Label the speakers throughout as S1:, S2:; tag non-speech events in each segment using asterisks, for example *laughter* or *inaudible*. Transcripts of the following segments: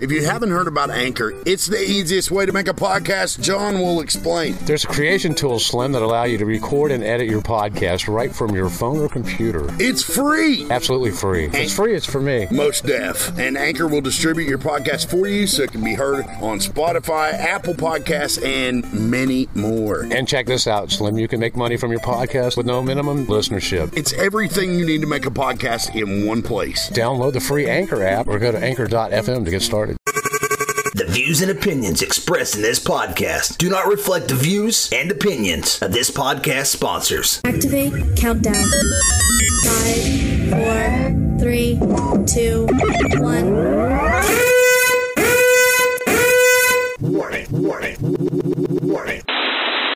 S1: If you haven't heard about Anchor, it's the easiest way to make a podcast. John will explain.
S2: There's creation tools, Slim, that allow you to record and edit your podcast right from your phone or computer.
S1: It's free.
S2: Absolutely free. If it's free, it's for me.
S1: Most deaf. And Anchor will distribute your podcast for you so it can be heard on Spotify, Apple Podcasts, and many more.
S2: And check this out, Slim. You can make money from your podcast with no minimum listenership.
S1: It's everything you need to make a podcast in one place.
S2: Download the free Anchor app or go to anchor.fm to get started.
S3: The views and opinions expressed in this podcast do not reflect the views and opinions of this podcast sponsors.
S4: Activate countdown. Five, four, three, two, one.
S3: Warning, warning, warning.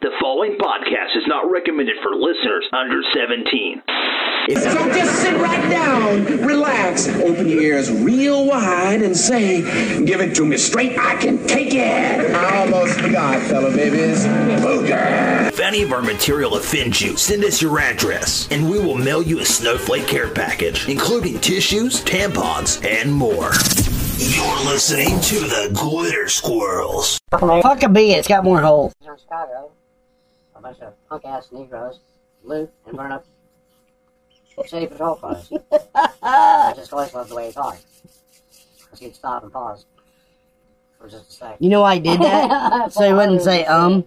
S3: The following podcast is not recommended for listeners under 17.
S5: So just sit right down, relax, open your ears real wide, and say, Give it to me straight, I can take it. I almost forgot, fellow babies. Booger.
S3: If any of our material offends you, send us your address and we will mail you a snowflake care package, including tissues, tampons, and more. You're listening to the Glitter Squirrels.
S6: Fuck a bee, it's got more holes.
S7: from Chicago. A bunch of punk ass Negroes loot and burn up city patrol cars.
S6: *laughs*
S7: I just always loved the way he talked. Because he'd stop and pause for just a second.
S6: You know why I did
S7: *laughs*
S6: that? so he wouldn't say um.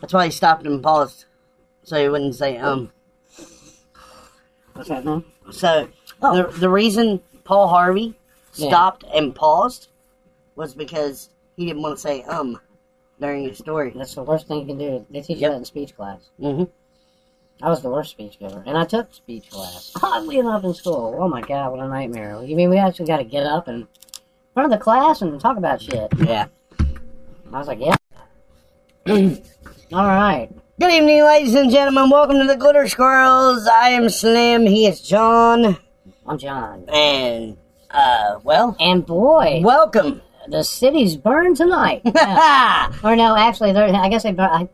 S6: That's why he stopped and paused. So he wouldn't say um.
S7: What's that name?
S6: So the, the reason Paul Harvey
S7: Yeah.
S6: stopped and paused was because he didn't want to say um during his story.
S7: That's the worst thing you can do. They teach
S6: Yep.
S7: you that in speech class.
S6: Mhm.
S7: I was the worst speech giver, and I took speech class.
S6: *laughs*
S7: Oddly enough, in school. Oh my god, what a nightmare! You mean we actually got to get up and in front of the class and talk about shit?
S6: Yeah.
S7: I was like, yeah. All right.
S6: Good evening, ladies and gentlemen. Welcome to the Glitter Squirrels. I am Slim. He is John.
S7: I'm John.
S6: And uh, well,
S7: And boy,
S6: welcome.
S7: the city's
S6: *laughs*
S7: burned tonight.
S6: Ha!
S7: or no, actually, they're- I guess they bur I,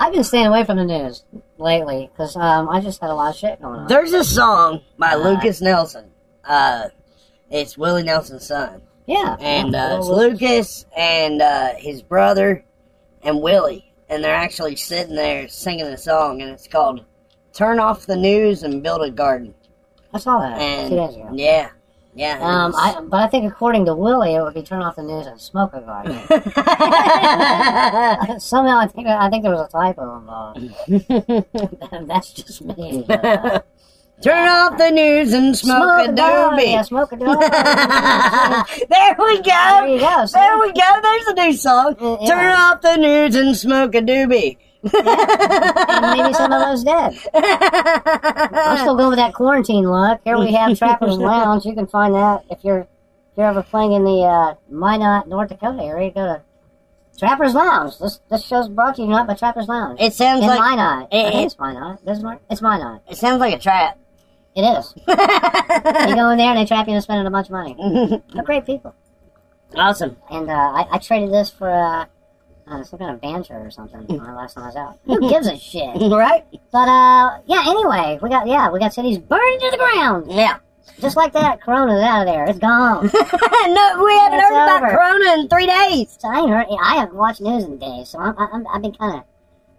S7: I've been staying away from the news lately because um, I just had a lot of shit going on.
S6: There's a song by Lucas Nelson. Uh, it's Willie Nelson's son,
S7: yeah,
S6: and uh, it's
S7: Oh, Well,
S6: Lucas and uh, his brother and Willie, and they're actually sitting there singing a song, and it's called "Turn Off the News and Build a Garden."
S7: I saw that two days
S6: And
S7: ago.
S6: yeah, yeah.
S7: Um, I, but I think according to Willie, it would be turn off the news and smoke a garden. *laughs* Somehow, I think I think there was a typo involved. *laughs* That's just me. but, uh,
S6: Turn off the news and smoke, a
S7: garden,
S6: doobie.
S7: Yeah, smoke a doobie.
S6: *laughs* there we go.
S7: There
S6: *laughs*
S7: you go, see?
S6: There we go. There's a new song.
S7: Uh, yeah.
S6: Turn off the news and smoke a doobie.
S7: and maybe some of
S6: *laughs*
S7: those dead. I'm still going with that quarantine look. Here we have Trapper's Lounge. You can find that if you're if you're ever playing in the uh, Minot, North Dakota area. Go to Trapper's Lounge. This this show's brought to you not by Trapper's Lounge.
S6: It sounds
S7: in
S6: like
S7: Minot.
S6: it-
S7: I
S6: it-
S7: think it's Minot. There's Mar- it's Minot.
S6: It sounds like a trap.
S7: It is. you go in there and they trap you into spending a bunch
S6: *laughs*
S7: of money. They're great people.
S6: Awesome.
S7: And uh, I, I traded this for uh, uh, some kind of banter
S6: *laughs*
S7: or something when I last time I was out. Who gives a shit?
S6: *laughs* Right? *laughs*
S7: But uh, yeah. Anyway, we got yeah, we got cities burned to the ground,
S6: Yeah.
S7: just like that. Corona's out of there.
S6: *laughs*
S7: It's
S6: no,
S7: gone.
S6: we haven't
S7: It's
S6: heard about
S7: over.
S6: Corona in three days.
S7: so I ain't heard. I haven't watched news in days, so I'm, I'm, I've been kind of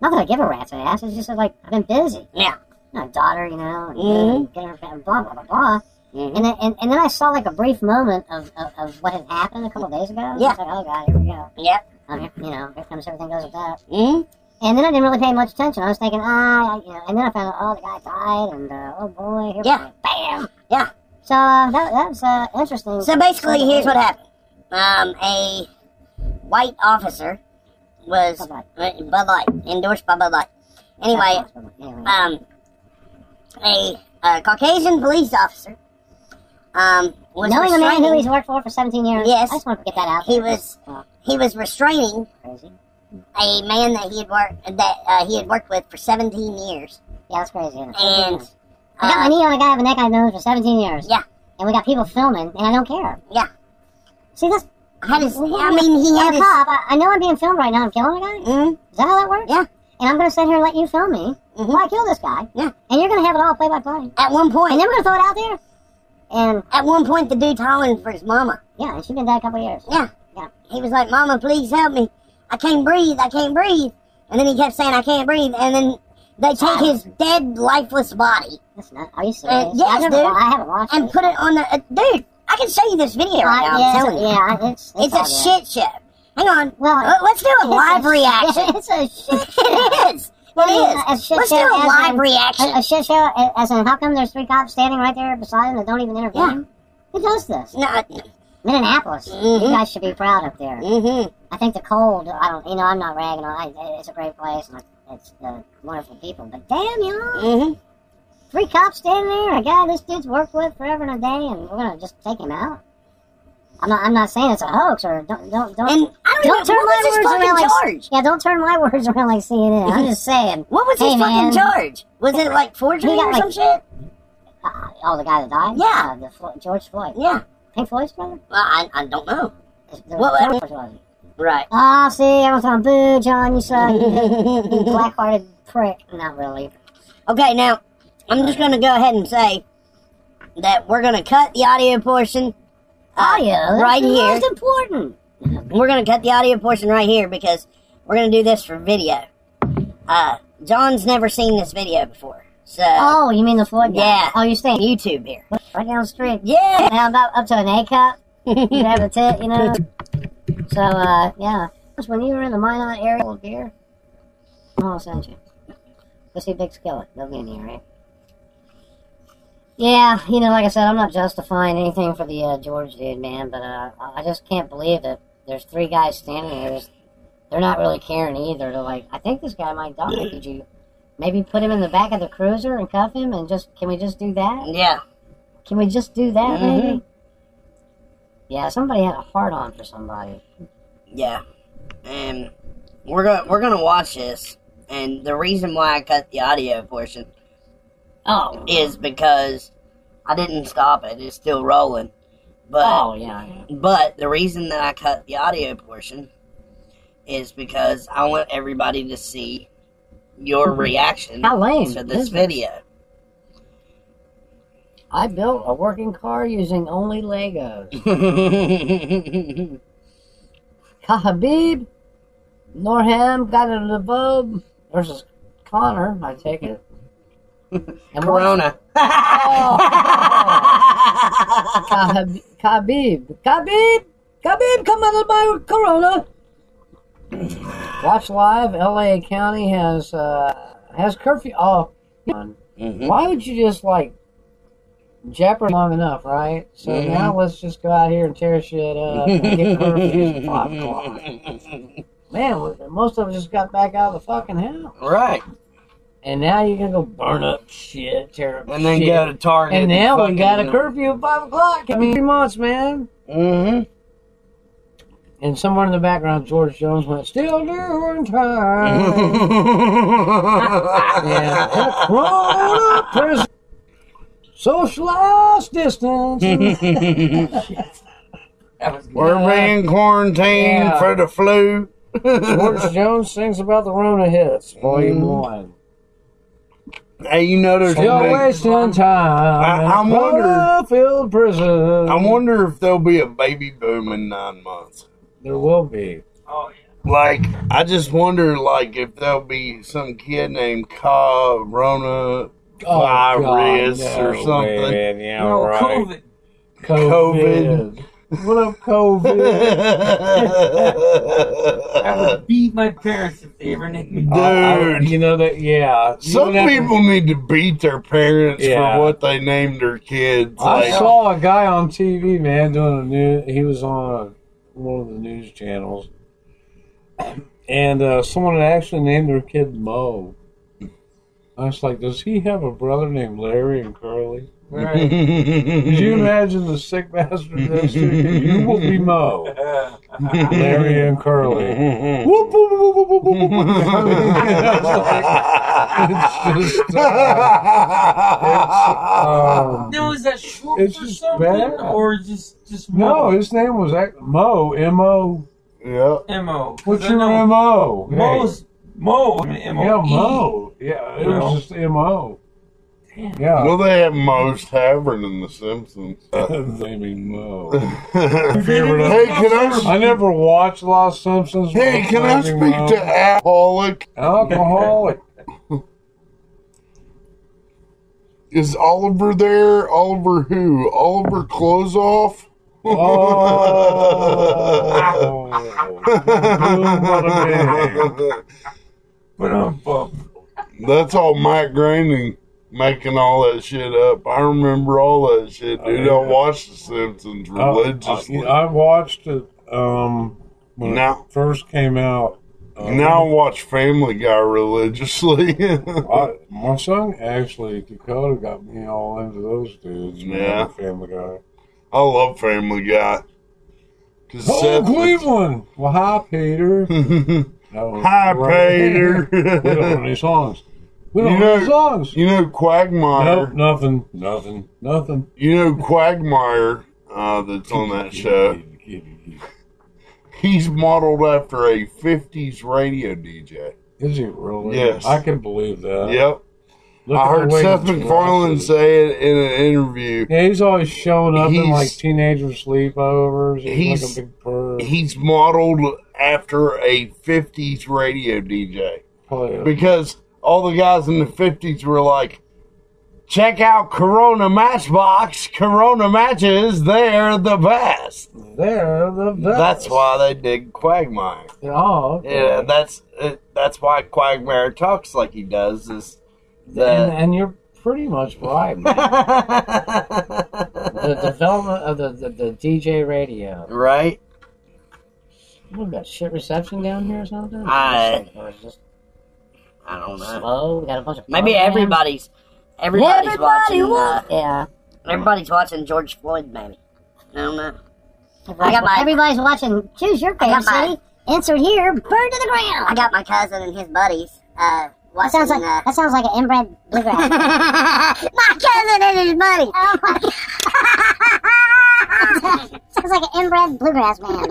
S7: not that I give a rat's ass. It's just that, like I've been busy.
S6: Yeah.
S7: My daughter, you know, and
S6: Mhm.
S7: getting her fa- blah blah blah blah.
S6: Mm-hmm.
S7: And, then, and and then I saw like a brief moment of, of, of what had happened a couple days ago. I was
S6: Yeah.
S7: like, oh god, here we go.
S6: Yep.
S7: Um, here, you know, here comes everything goes with that.
S6: Mm-hmm.
S7: And then I didn't really pay much attention. I was thinking, ah, I, you know, and then I found out, oh, the guy died, and uh, oh boy, here
S6: Yeah.
S7: we go. bam.
S6: Yeah.
S7: So uh, that, that was uh, interesting.
S6: So basically, here's what happened. Um, a white officer was
S7: Bud Light.
S6: uh, Bud Light, endorsed by Bud Light. Anyway,
S7: Anyway.
S6: um, a, uh Caucasian police officer um, was
S7: knowing a man
S6: restraining.
S7: who he's worked for for 17 years,
S6: Yes.
S7: I just want to get that out.
S6: he
S7: there.
S6: was
S7: Oh,
S6: he was restraining
S7: crazy.
S6: a man that he had worked that uh, he had worked with for 17 years,
S7: Yeah, that's crazy. isn't it?
S6: and
S7: I got my
S6: uh,
S7: knee on a guy I've been that guy I've known for 17 years.
S6: yeah,
S7: And we got people filming, and I don't care.
S6: yeah,
S7: See, that's.
S6: had his. I mean, he had
S7: I'm a
S6: his.
S7: cop. I, I know I'm being filmed right now. I'm killing a guy?
S6: Mm,
S7: Is that how that works?
S6: yeah, Mm-hmm.
S7: And I'm going to sit here and let you film me while I kill this guy.
S6: Yeah.
S7: And you're going to have it all play by play.
S6: at one point,
S7: And then we're gonna throw it out there. And
S8: At one point, the dude's hollering for his mama.
S7: yeah, she been dead a couple years.
S8: Yeah.
S7: Yeah.
S8: He was like, Mama, please help me. I can't breathe. I can't breathe. And then he kept saying, I can't breathe. And then they take his dead, lifeless body
S7: That's not. Are you
S8: Uh,
S7: serious?
S8: yes,
S7: I've never,
S8: dude.
S7: wa- I haven't watched
S8: and
S7: it.
S8: put it on the. Uh, dude, I can show you this video right
S7: Uh,
S8: now. I'm
S7: yeah,
S8: telling you.
S7: yeah, I- it's,
S8: It's a
S7: all good.
S8: shit show. Hang on.
S7: Well,
S8: Well, let's do a
S7: it's a *laughs*
S8: live
S7: shit-
S8: reaction.
S7: It's a shit show.
S8: *laughs* It is.
S7: I mean,
S8: It
S7: a
S8: is.
S7: shit
S8: Let's do
S7: show
S8: a
S7: as
S8: live
S7: in-
S8: reaction.
S7: A, a shit show, a- as in how come there's three cops standing right there beside him that don't even interview
S8: Yeah.
S7: him? Who does this?
S6: uh,
S8: No,
S7: Minneapolis. You
S8: Mhm.
S7: guys should be proud up there.
S8: mm-hmm.
S7: I think the cold, I don't, you know, I'm not ragging on I, It's a great place, and it's uh, wonderful people. But damn, y'all,
S8: Mm-hmm.
S7: three cops standing there, a guy this dude's worked with forever and a day, and we're going to just take him out? I'm not, I'm not saying it's a hoax, or don't, don't, don't.
S8: And I don't,
S7: don't
S8: even.
S7: turn
S8: What
S7: my
S8: was his
S7: words
S8: fucking
S7: around like
S8: charge?
S7: yeah, don't turn my *laughs* words around like CNN. I'm just saying.
S8: What was
S7: Hey,
S8: his
S7: man.
S8: fucking charge? Was it like forgery
S7: He got,
S8: or
S7: like-
S8: some shit?
S7: Uh, oh, the guy that died.
S8: Yeah.
S7: uh, the Flo- George Floyd.
S8: Yeah.
S7: Pink Floyd's brother.
S8: Well, I, I don't know.
S7: There's-
S8: Well,
S7: there's
S8: I-
S7: George Floyd.
S8: Right.
S7: Ah, see, everyone's going boo, John. You suck. you *laughs* black-hearted prick. Not really.
S8: Okay, now I'm just gonna go ahead and say that we're gonna cut the audio portion. uh,
S7: Audio. that's
S8: right
S7: the
S8: here.
S7: Most important.
S8: We're gonna cut the audio portion right here because we're gonna do this for video. Uh, John's never seen this video before, so
S7: Oh, you mean the Floyd guy?
S8: Yeah.
S7: Oh, you're saying you
S8: YouTube here.
S7: right down the street.
S8: Yeah.
S7: Now I'm up, up to an A cup. You have a tit, you know. So, uh, yeah. Just When you were in the Minot area, old dear, I'm gonna send you. Go see Big Skillet. They'll be in here, right? Yeah, you know, like I said, I'm not justifying anything for the uh, George dude, man, but uh, I I just can't believe that there's three guys standing there. Just, they're not really caring either. They're like, I think this guy might die. Could you maybe put him in the back of the cruiser and cuff him and just, can we just do that?
S8: Yeah.
S7: Can we just do that,
S8: Mhm.
S7: maybe? Yeah, somebody had a heart on for somebody.
S8: Yeah, and we're gonna we're gonna watch this, and the reason why I cut the audio portion
S7: Oh,
S8: is because I didn't stop it; it's still rolling. But
S7: oh yeah.
S8: but the reason that I cut the audio portion is because I want everybody to see your reaction
S7: How lame
S8: to
S7: is
S8: this
S7: this?
S8: video. *laughs*
S7: I built a working car using only Legos. *laughs* Kahabib, Norham, got a Lvov versus Connor. I take *laughs* it. And
S8: Corona.
S7: Kahabib, Khabib, Khabib, Khabib, come out of my Corona. Watch live. L.A. County has uh, has curfew. Oh,
S2: Mm-hmm.
S8: Mhm.
S7: why would you just like jeopardize long enough, right? So
S2: Mm-hmm.
S8: Mhm.
S7: now let's just go out here and tear shit up
S2: *laughs*
S7: and get curfews at five o'clock. Man, we- most of us just got back out of the fucking house.
S2: Right.
S7: And now you're gonna go burn up shit, tear up
S2: And then
S7: shit.
S2: go to Target.
S7: And now we got a
S2: fucking-
S7: curfew at five o'clock. I mean, three months, man.
S1: Mm-hmm.
S2: Mhm.
S7: And somewhere in the background, George Jones went, "Still
S1: *laughs*
S7: doing time." yeah, that Corona prison, socialized
S1: *laughs*
S7: distance.
S1: We're being quarantined
S7: Yeah.
S1: for the flu. *laughs*
S7: George Jones sings about the Rona hits, Volume
S1: Mm-hmm.
S7: One.
S1: Hey, you know there's
S7: Still
S1: gonna be,
S7: wasting time.
S1: I-
S7: in
S1: I wonder-
S7: Corona-filled prison.
S1: I wonder if there'll be a baby boom in nine months.
S7: There will be.
S1: Like, I just wonder, like, if there'll be some kid named *laughs* Corona
S7: Oh, God,
S1: virus
S7: no,
S1: or something.
S9: Man, yeah,
S2: No,
S9: right.
S2: COVID.
S7: COVID. What up,
S1: *laughs*
S7: COVID?
S2: I would beat my parents if they ever named me.
S7: I-
S1: Dude,
S7: you know that, yeah. You
S1: some
S7: don't have to-
S1: people need to beat their parents
S7: Yeah.
S1: for what they named their kids.
S7: I
S1: Like, *laughs*
S7: saw a guy on TV, man, doing a new. He was on a, one of the news channels, and uh, someone had actually named their kid Mo. I was like, "Does he have a brother named Larry and Curly?"
S2: Right.
S7: Could you imagine the sick bastard next to you? You will be Mo, Larry and Curly. Whoop, whoop, whoop, whoop, whoop, whoop, whoop. *laughs* it's just, uh, um,
S2: Now is that short
S7: It's
S2: for
S7: just
S2: something
S7: bad.
S2: or just just
S7: no,
S2: Mo?
S7: his name was act- Mo. M O.
S1: yeah.
S2: Mo. 'Cause
S7: What's
S2: I
S7: your
S2: know
S7: MO? Hey.
S2: Mo's Mo. I mean, M O
S7: Yeah,
S2: E.
S7: Mo. Yeah, it
S2: You know?
S1: *laughs*
S7: was just MO.
S10: Yeah.
S1: Well, they have Moe's Tavern in The Simpsons.
S7: *laughs*
S2: they mean no.
S1: Hey, can I,
S2: I never watched Lost *laughs* Simpsons.
S1: hey, can I
S2: Maybe
S1: speak
S2: Mo.
S1: to Alcoholic?
S2: alcoholic?
S1: Is Oliver there? Oliver who? Oliver Close Off?
S2: Oh,
S10: But um, bum.
S1: *laughs* That's all Mike Groening making all that shit up. I remember all that shit, dude.
S2: Oh, yeah. Oh,
S1: I watched The Simpsons religiously.
S2: Uh, I, I watched it um, when
S1: Now-
S2: it first came out.
S1: now I watch Family Guy religiously. *laughs*
S2: I, my son actually Dakota got me all into those dudes. man,
S1: Yeah.
S2: Family Guy.
S1: I love Family Guy. 'Cause
S2: Oh,
S1: Seth-
S2: Cleveland. Well, hi,
S1: *laughs*
S2: Peter. No,
S1: Hi,
S2: right. *laughs* We don't know
S1: Peter.
S2: any songs. We don't
S1: You
S2: know
S1: know-
S2: any songs.
S1: you know Quagmire.
S2: Nope, nothing, nothing, nothing.
S1: You know Quagmire uh, that's on that show. He's modeled after a '50s radio DJ.
S2: Is it really?
S1: Yes.
S2: I can believe that.
S1: Yep,
S2: Look
S1: I
S2: at the
S1: heard
S2: way
S1: Seth
S2: he's
S1: MacFarlane
S2: dressed.
S1: say it in an interview.
S2: Yeah, he's always showing up in like
S1: He's-
S2: teenager sleepovers. He's,
S1: He's-
S2: like a big perv.
S1: He's modeled after a '50s radio DJ
S2: Probably a-
S1: because all the guys in the '50s were like, "Check out Corona Matchbox. Corona matches. They're the best."
S2: They're uh, the best.
S1: That's why they did Quagmire.
S2: Oh, okay.
S1: Yeah, that's uh, that's why Quagmire talks like he does. Is
S2: and,
S1: that?
S2: and you're pretty much right. man.
S11: The development of the, the, the DJ radio.
S1: *laughs* right?
S11: What got shit reception down here or something?
S6: I-
S11: Or it's just
S6: I don't know.
S11: slow. We got a bunch of
S6: Maybe
S11: programs.
S6: everybody's everybody's watching.
S12: Everybody
S6: Uh,
S12: wants- Yeah.
S6: everybody's watching George Floyd, maybe. I don't know.
S12: I got
S13: my-
S12: Everybody's watching. Choose your
S13: I
S12: favorite
S13: got my-
S12: city. Insert here. Burn to the ground.
S13: I got my cousin and his buddies. Uh,
S12: That sounds like that sounds like an inbred bluegrass.
S13: my cousin and his buddies.
S12: oh my god! sounds like an inbred bluegrass man.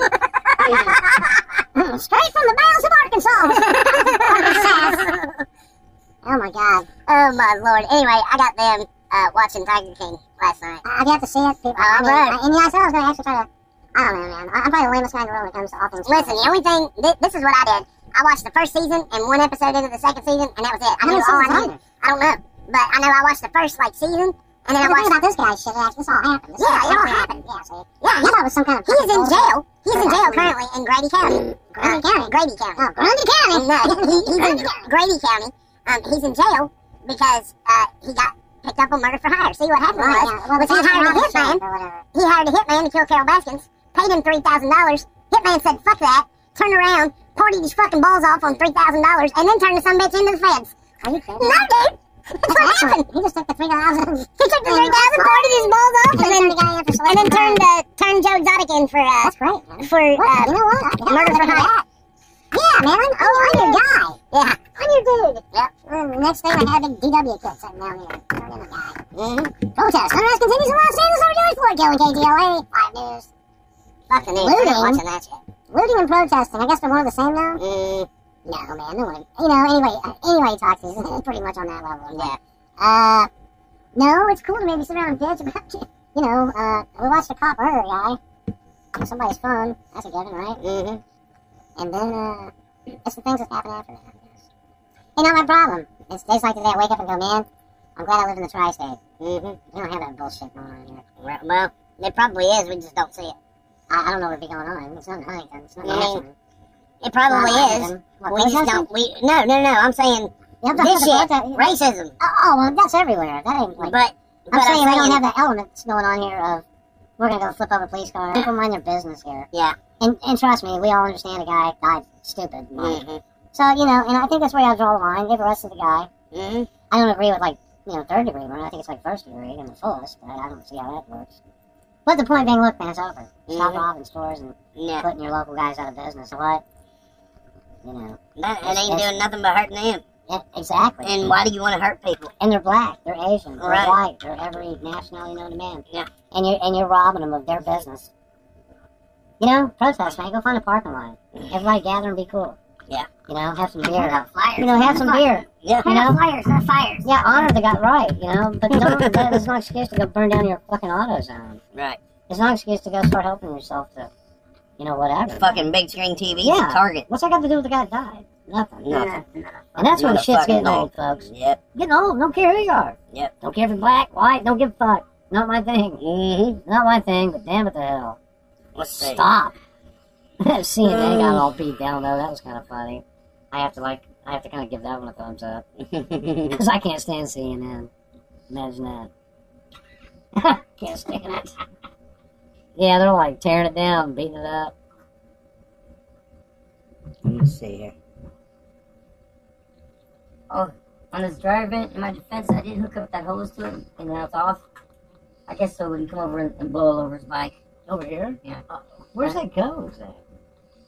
S12: Straight from the bowels of Arkansas. oh my god!
S13: Oh my lord. Anyway, I got them uh, watching Tiger King last night.
S12: I, I have to see it. People. I
S13: All
S12: mean,
S13: right.
S12: I, and yeah, I said I was going to actually try to. I don't know, man. I, I'm probably the lamest guy in the world when it comes to all things.
S13: Listen, the only thing th- this is what I did. I watched the first season and one episode into the second season, and that was it. I
S12: How
S13: knew
S12: many
S13: all I
S12: seasons are
S13: needed. I don't know, but I know I watched the first like season, and then I
S12: The
S13: watched.
S12: thing about this guy's shit is this all happened. This
S13: Yeah, it
S12: all
S13: all
S12: actually
S13: happened.
S12: Yeah, see.
S13: Yeah,
S12: I thought it was some kind of.
S13: he's in jail. He's in jail currently in Grady County.
S12: Grady County?
S13: Grady County. *laughs*
S12: Oh, Grundy County.
S13: No, he, he's in Grady County. Um, he's in jail because uh, he got picked up on murder for hire. See what happened
S12: Right,
S13: was,
S12: yeah. Well,
S13: was he
S12: the
S13: hired a
S12: Robinson
S13: hitman.
S12: or whatever.
S13: He hired a hitman to kill Carol Baskins, paid him three thousand dollars. Hitman said, "Fuck that." Turned around, partied his fucking balls off on three thousand dollars, and then turned the son bitch into the feds.
S12: Are you kidding?
S13: No, dude. That's what happened.
S12: He just took the three
S13: *laughs*
S12: dollars.
S13: He took the three thousand, partied his balls off, and then and then turned uh, turned Joe Exotic in for uh,
S12: That's great. Man.
S13: for uh,
S12: What? You know what? I-
S13: murder for hire.
S12: Yeah, man. I'm, oh, I'm your guy.
S13: Yeah.
S12: I'm your dude.
S13: Yep.
S12: Well, the next thing I had a big DW kit sitting down here. Turned in a guy.
S13: Mm-hmm.
S12: Protest. Unrest continues in Los Angeles over George Floyd killing KTLA. Five news.
S13: Fuck the news. I'm
S12: Looting.
S13: not watching that shit.
S12: Looting and protesting. I guess they're one of the same now.
S13: Mm,
S12: No, man, no one. You know, anyway, uh, anyway, talks *laughs* is pretty much on that level. Yeah. Uh, no, it's cool to maybe sit around and bitch about shit. You know, uh, we watched the cop murder guy on somebody's phone. That's a given, right?
S13: mm-hmm.
S12: And then, uh, it's the things that happen after that. I guess. You know, my problem is days like today, I wake up and go, man, I'm glad I live in the tri-state.
S13: Mm-hmm.
S12: We don't have that bullshit going on here.
S13: Well, it probably is. We just don't see it.
S12: I, I don't know what would be going on. It's not in Huntington. It's not in
S13: I mean,
S12: Ashland.
S13: It
S12: It's not in
S13: probably is.
S12: Huntington. What,
S13: We just
S12: Huntington?
S13: don't. We no, no, no. I'm saying
S12: You have to-
S13: this
S12: you have
S13: shit,
S12: to- you have to-
S13: racism.
S12: Oh, oh, well, that's everywhere. That ain't like.
S13: But but
S12: I'm saying,
S13: I'm
S12: they don't
S13: saying
S12: have that element that's going on here of we're gonna go flip over police car. People mind their business here.
S13: Yeah.
S12: And and trust me, we all understand a guy died stupid. Like,
S13: Mhm.
S12: So you know, and I think that's where I draw the line. They've arrested the guy.
S13: Mhm.
S12: I don't agree with like you know third degree murder. I think it's like first degree in the fullest, but I don't see how that works. But the point being, look, man, it's over. Stop
S13: Mhm.
S12: robbing stores and
S13: No,
S12: putting your local guys out of business. What? You know,
S13: that, it ain't
S12: It's-
S13: doing nothing but hurting them.
S12: yeah, exactly.
S13: And why do you want to hurt people?
S12: and they're black, they're Asian, they're
S13: Right.
S12: white, they're every nationality known to man.
S13: Yeah.
S12: And you're and you're robbing them of their business. You know, protest, man. Go find a parking lot. Everybody gather and be cool. Yeah.
S7: You know, have some beer.
S12: about fires.
S7: You know, have some
S12: Fuck.
S7: beer.
S12: Yeah.
S7: You
S12: About
S7: know,
S12: fires, not fires.
S7: Yeah, honor the got right. You know, but don't, there's no excuse to go burn down your fucking auto zone.
S8: Right.
S7: There's no excuse to go start helping yourself to, you know, whatever.
S8: Fucking big screen TVs
S7: yeah.
S8: and Target.
S7: What's that got to do with the guy that died? Nothing.
S8: Nothing.
S7: And that's when
S8: Not a
S7: shit's
S8: fucking
S7: getting
S8: thing.
S7: old, folks.
S8: Yep.
S7: Getting old. Don't care who you are.
S8: Yep.
S7: Don't care if you're black, white. Don't give a fuck. Not my thing.
S8: Mm-hmm.
S7: Not my thing. But damn it, the hell. *laughs*
S8: Let's see.
S7: Stop. CNN got
S8: Mm.
S7: all beat down though. That was kind of funny. I have to like, I have to kind of give that *laughs* one a thumbs up because I can't stand CNN. Imagine that. *laughs* can't stand it. Yeah, they're like tearing it down, beating it up.
S8: Let me see here.
S14: Oh, on this dryer vent, in my defense, I did hook up that hose to it, and now it's off. I guess so we can come over and, and blow all over his bike.
S7: Over here?
S14: Yeah.
S7: Where's that goes at?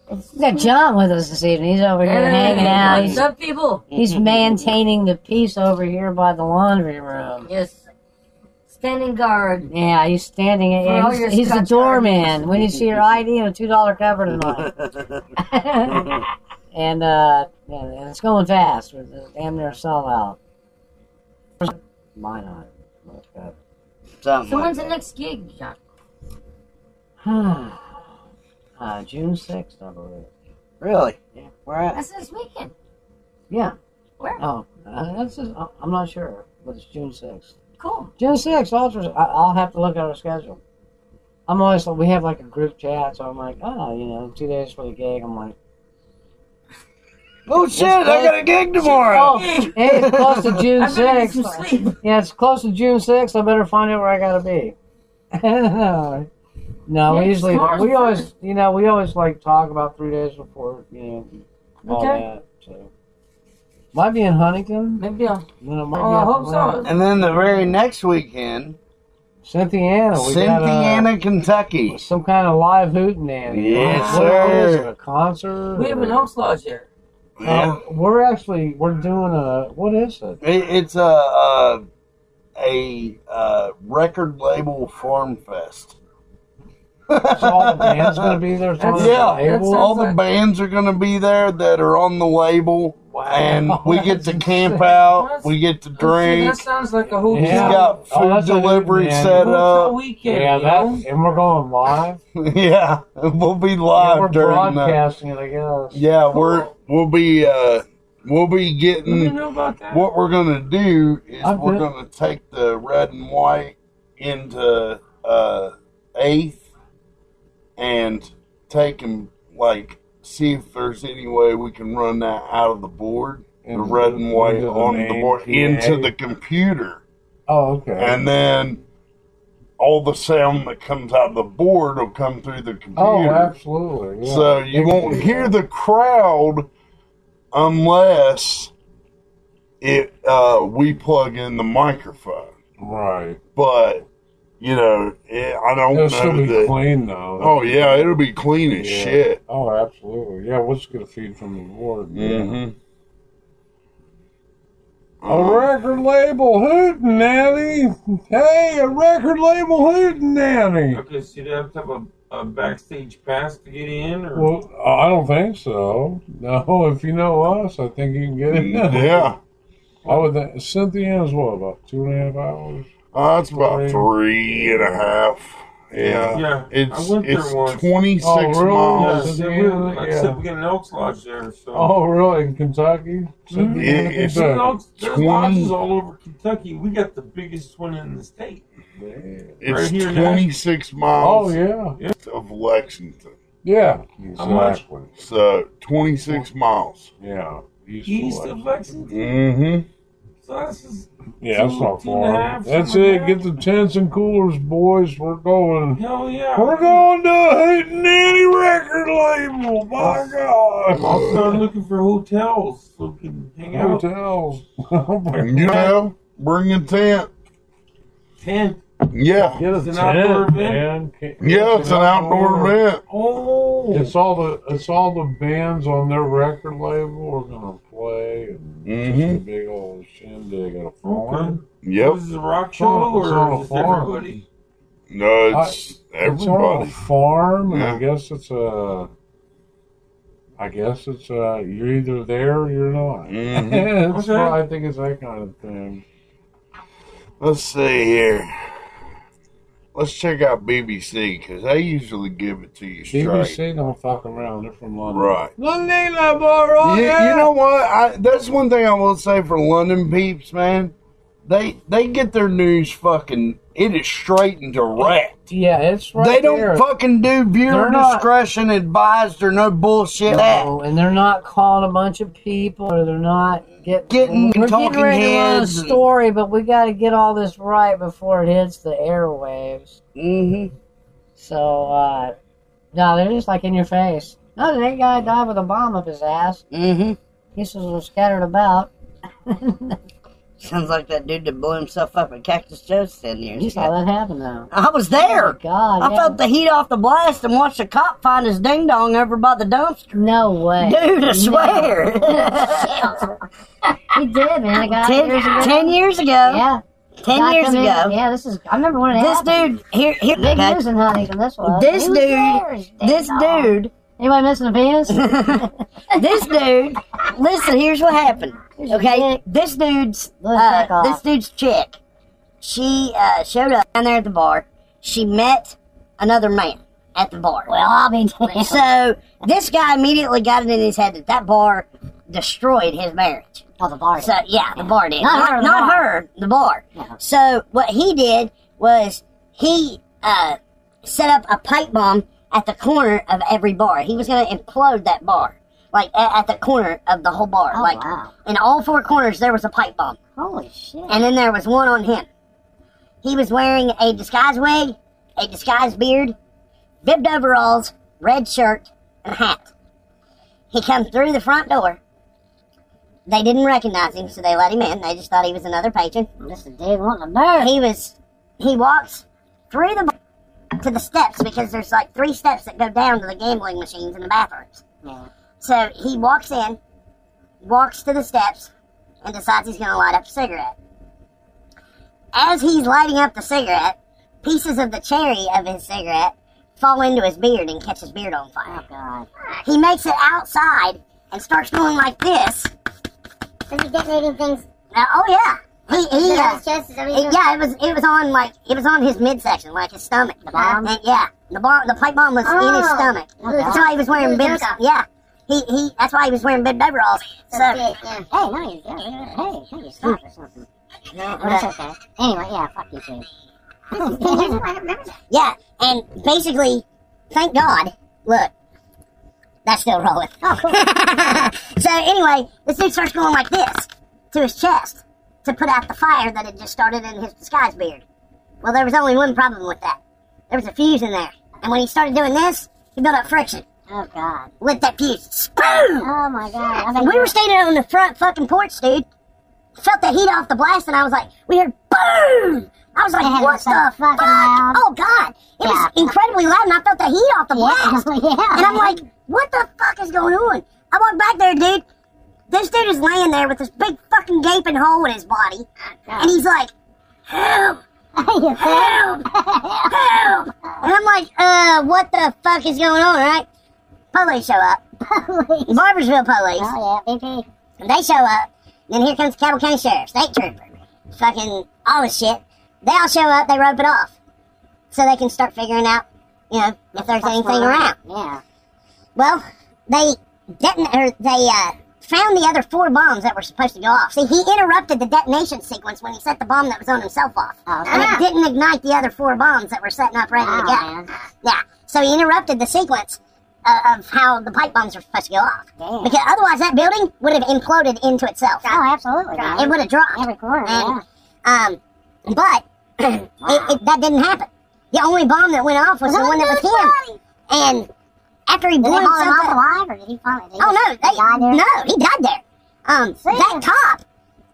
S7: We got John with us this evening. He's over here hanging out.
S14: What's
S7: He's,
S14: up, people?
S7: he's maintaining the peace over here by the laundry room.
S14: Yes. Standing guard.
S7: Yeah, he's standing.
S14: For all
S7: He's,
S14: your
S7: he's the
S14: Scotch
S7: doorman. When you see your ID and a two dollar
S14: *laughs*
S7: cover tonight, and uh, yeah, and it's going fast. We're just damn near sold out. Why not? Let's go.
S14: So when's the next gig, John?
S7: *sighs* uh, June sixth, I believe.
S11: Really?
S7: Yeah. Where at?
S14: That's this weekend.
S7: Yeah.
S14: Where?
S7: Oh, uh, that's just, I- I'm not sure, but it's June sixth.
S14: Cool.
S7: June sixth. I'll just, I- I'll have to look at our schedule. I'm always we have like a group chat, so I'm like, oh, you know, two days for the gig. I'm like.
S11: *laughs* Oh shit! I got a gig tomorrow.
S7: Oh, hey, it's
S11: *laughs*
S7: close to June
S11: I better get some
S7: 6th. Yeah, it's close to June 6th. I better find out where I gotta be. *laughs* no, we
S11: Yeah,
S7: usually
S11: cars
S7: we
S11: first.
S7: always you know we always like talk about three days before you know all
S11: Okay.
S7: that. So might be in Huntington. Maybe I'll. might
S11: Oh,
S7: be
S11: I
S7: up
S11: hope so.
S7: around-
S1: And then the very next weekend,
S7: Cynthiana, we got, uh,
S1: Cynthiana, Kentucky.
S7: Some kind of live hootenanny.
S1: Yes,
S7: What is
S1: sir.
S7: it, A concert.
S11: We have an
S7: or-
S11: onslaught here.
S1: Yeah.
S7: Uh, we're actually we're doing a what is it?
S1: It, it's a, a a uh record label farm fest.
S7: So all the bands gonna be there. so it's
S1: yeah,
S7: available?
S1: all the bands are going to be there that are on the label, and we get to camp out. We get to
S11: See,
S1: drink.
S11: that sounds like a hotel.
S1: He's got
S7: Oh,
S1: food
S7: that's a good
S1: delivery
S7: man.
S1: set
S11: Hotel
S1: up.
S11: weekend,
S7: Yeah, that, and we're going live.
S1: *laughs* yeah, we'll be live
S7: we're
S1: Uh, during that.
S7: broadcasting it, I guess.
S1: Yeah, we're we'll be uh we'll be
S11: Let me
S1: getting
S11: know about that.
S1: what we're gonna do is
S11: I'm
S1: we're
S11: good.
S1: gonna take the red and white into uh eighth and take them like see if there's any way we can run that out of the board the
S2: Mhm.
S1: red and white
S2: Into the
S1: on the
S2: main
S1: board
S2: PA.
S1: into the computer
S2: Oh, okay.
S1: and then all the sound that comes out of the board will come through the computer
S2: oh, absolutely. Yeah.
S1: so you won't hear the crowd unless it uh, we plug in the microphone.
S2: Right.
S1: But you know, it, I don't
S2: It'll
S1: know
S2: still be
S1: that.
S2: clean though.
S1: Oh yeah, it'll be clean as
S2: Yeah.
S1: shit.
S2: Oh, absolutely. Yeah, what's gonna feed from the board?
S1: Mhm.
S2: Mm-hmm. A record label hootenanny. Hey, a record label hootenanny.
S10: Okay, so you have to have a, a backstage pass to get in, or
S2: Well, I don't think so. No, *laughs* if you know us, I think you can get in.
S1: Yeah.
S2: I would think Cynthia is what about two and a half hours?
S1: Uh, it's about three and a half. Yeah,
S10: Yeah, I
S1: it's
S10: went there once.
S1: it's twenty six
S2: Oh, really?
S1: miles.
S10: Yeah,
S2: Yeah.
S10: we, like I said,
S2: Yeah.
S10: we got an Oaks Lodge there. So
S2: Oh, really? In Kentucky? Cynthia,
S1: Yeah, it's-
S10: There's an Oaks- there's lodges
S1: 20
S10: all over Kentucky. We got the biggest one in the state.
S1: It's
S10: here in
S1: twenty six miles.
S2: Oh,
S10: yeah.
S1: of Lexington.
S2: Yeah,
S10: How much?
S2: exactly.
S1: So twenty six miles.
S2: Yeah.
S10: East of Lexington.
S1: Mm-hmm.
S10: So that's just
S2: Yeah, that's
S10: two-
S2: not
S10: two and a
S2: far.
S10: half,
S2: That's
S10: something
S2: it. Get the tents and coolers, boys. We're going.
S10: Hell yeah.
S2: We're going to a Hootenanny record label. My God.
S10: I'll start looking for hotels so we can hang out.
S2: Hotels. *laughs* Oh my
S1: You know, bring a tent.
S10: Tent.
S1: Yeah.
S2: Get a
S10: It's an outdoor
S2: tent,
S10: event?
S2: man.
S1: Yeah, it's an outdoor event.
S10: Oh.
S2: It's all the it's all the bands on their record label are gonna play and just a big old shindig at a farm.
S1: Mm-hmm. Yep.
S10: This is a rock
S2: It's
S10: show
S2: on- it's on
S10: or
S2: a
S10: is it
S2: farm.
S10: everybody?
S1: No,
S2: I-
S1: it's
S2: It's on a
S1: everybody.
S2: farm, and I
S1: Yeah.
S2: guess it's a I guess it's uh, you're either there or you're not.
S15: Mm-hmm.
S1: Mhm.
S2: It's
S1: Okay.
S2: prob- I think it's that kind of thing.
S1: Let's see here. Let's check out BBC because they usually give it to you straight.
S2: BBC don't fuck around. They're from London.
S1: Right.
S2: London, I'm all right.
S1: you, you know what? I, that's one thing I will say for London peeps, man. They they get their news fucking. It is straight and direct.
S15: Yeah, it's right
S1: they don't
S15: there.
S1: fucking do viewer
S15: They're not-
S1: discretion advised or no bullshit.
S15: No, and they're not calling a bunch of people, or they're not get,
S1: Getting
S15: We're
S1: talking
S15: getting ready
S1: heads
S15: to run
S1: and-
S15: a story, but we got to get all this right before it hits the airwaves. Mm-hmm. So, uh, no, they're just like in your face. No, that guy died with a bomb up his ass. Mm-hmm. Pieces were scattered about.
S8: Sounds like that dude that blew himself up at Cactus Joe's ten years
S15: You saw
S8: ago.
S15: that happen, though.
S8: I was there.
S15: Oh, God,
S8: I
S15: yeah.
S8: felt the heat off the blast and watched a cop find his ding dong over by the dumpster.
S15: No
S8: *laughs*
S15: way,
S8: dude! I
S15: No.
S8: swear.
S15: *laughs*
S7: He did, man. The guy
S8: ten,
S7: years ago.
S8: *laughs* ten years ago.
S7: Yeah.
S8: Ten
S7: Guy
S8: years
S7: come in-
S8: ago.
S7: Yeah, this is. I remember when it
S8: This
S7: happened.
S8: dude here here
S7: Big
S8: okay.
S7: news in Huntington. This was.
S8: This
S7: He was
S8: dude-
S7: there.
S8: this dude
S7: Anybody missing a
S8: *laughs*
S7: penis?
S8: this dude listen here's what happened okay this dude's
S7: back
S8: uh,
S7: off.
S8: this dude's chick she uh, showed up down there at the bar she met another man at the bar
S7: Well, I mean,
S8: so this guy immediately got it in his head that that bar destroyed his marriage
S7: oh the bar
S8: so yeah the bar did
S7: Not
S8: not,
S7: her, the
S8: not
S7: bar.
S8: her the bar so what he did was he uh, set up a pipe bomb at the corner of every bar. He was going to implode that bar, like at, at the corner of the whole bar.
S7: Oh,
S8: like
S7: wow.
S8: in all four corners, there was a pipe bomb,
S7: Holy shit.
S8: and then there was one on him. He was wearing a disguise wig, a disguised beard, bibbed overalls, red shirt, and a hat. He come through the front door. They didn't recognize him, so they let him in. They just thought he was another patron.
S7: This is dude wanting to marry.
S8: He was. He walks through the bar to the steps because there's like three steps that go down to the gambling machines in the bathrooms.
S7: Yeah.
S8: So he walks in, walks to the steps, and decides he's going to light up a cigarette. As he's lighting up the cigarette, pieces of the cherry of his cigarette fall into his beard and catch his beard on fire.
S7: God.
S8: He makes it outside and starts going like this.
S12: So he's detonating things.
S8: Uh, oh yeah, he he.
S12: Yeah.
S8: Uh,
S12: His chest is
S8: It- yeah, it was it was on like it was on his midsection, like his stomach. The
S12: bomb?
S8: yeah, the bomb, the pipe bomb was in his
S12: Oh.
S8: stomach.
S12: Okay.
S8: That's why he was wearing
S12: He was
S8: bibs.
S12: jerking.
S8: Yeah, he he. That's why he was wearing bib overalls. So
S12: yeah. Hey, no, you, yeah, yeah, hey, hey, you stopped or *laughs* something.
S8: No,
S12: That's okay. Anyway, yeah, fuck you *laughs* too.
S8: yeah, and basically, thank God. Look, that's still rolling. Oh, cool. *laughs* so anyway, this dude starts going like this to his chest to put out the fire that had just started in his disguise beard. Well, there was only one problem with that. There was a fuse in there, and when he started doing this, he built up friction.
S12: Oh god.
S8: Lit that fuse. Boom!
S12: Oh my god. I
S8: And
S12: think
S8: we were standing on the front fucking porch, dude. Felt the heat off the blast, and I was like, we heard boom. I was like,
S12: It
S8: what
S12: was so
S8: the fuck?
S12: fucking loud.
S8: Oh god, it was incredibly loud, and I felt the heat off the *laughs*
S12: *laughs*
S8: blast.
S12: yeah.
S8: And I'm like, what the fuck is going on? I walked back there, dude. This dude is laying there with this big fucking gaping hole in his body, and he's like, help. Help! Help! And I'm like, uh, what the fuck is going on, right? Police
S12: *laughs*
S8: show up. Barbersville police.
S12: Oh *laughs* yeah, BP.
S8: And they show up. Then here comes Cattle County Sheriff, State Trooper, fucking all this shit. They all show up. They rope it off, so they can start figuring out, you know, if there's anything around.
S12: Yeah.
S8: Well, they deton- or they uh, found the other four bombs that were supposed to go off. See, he interrupted the detonation sequence when he set the bomb that was on himself off,
S12: Oh,
S8: and it didn't ignite the other four bombs that were setting up ready to go.
S12: Wow, Oh, man.
S8: Yeah. So he interrupted the sequence uh, of how the pipe bombs were supposed to go off.
S12: Damn.
S8: Because otherwise, that building would have imploded into itself.
S12: Oh, absolutely. man.
S8: It would have dropped.
S12: Every corner, yeah.
S8: And, um, but *clears throat* it, it, that didn't happen. The only bomb that went off was the one that was him. And after he
S12: Did
S8: blew
S12: they haul him off
S8: himself up,
S12: alive, or did he finally? Did he
S8: oh no,
S12: just die there?
S8: they, no, he died there. Um, that cop,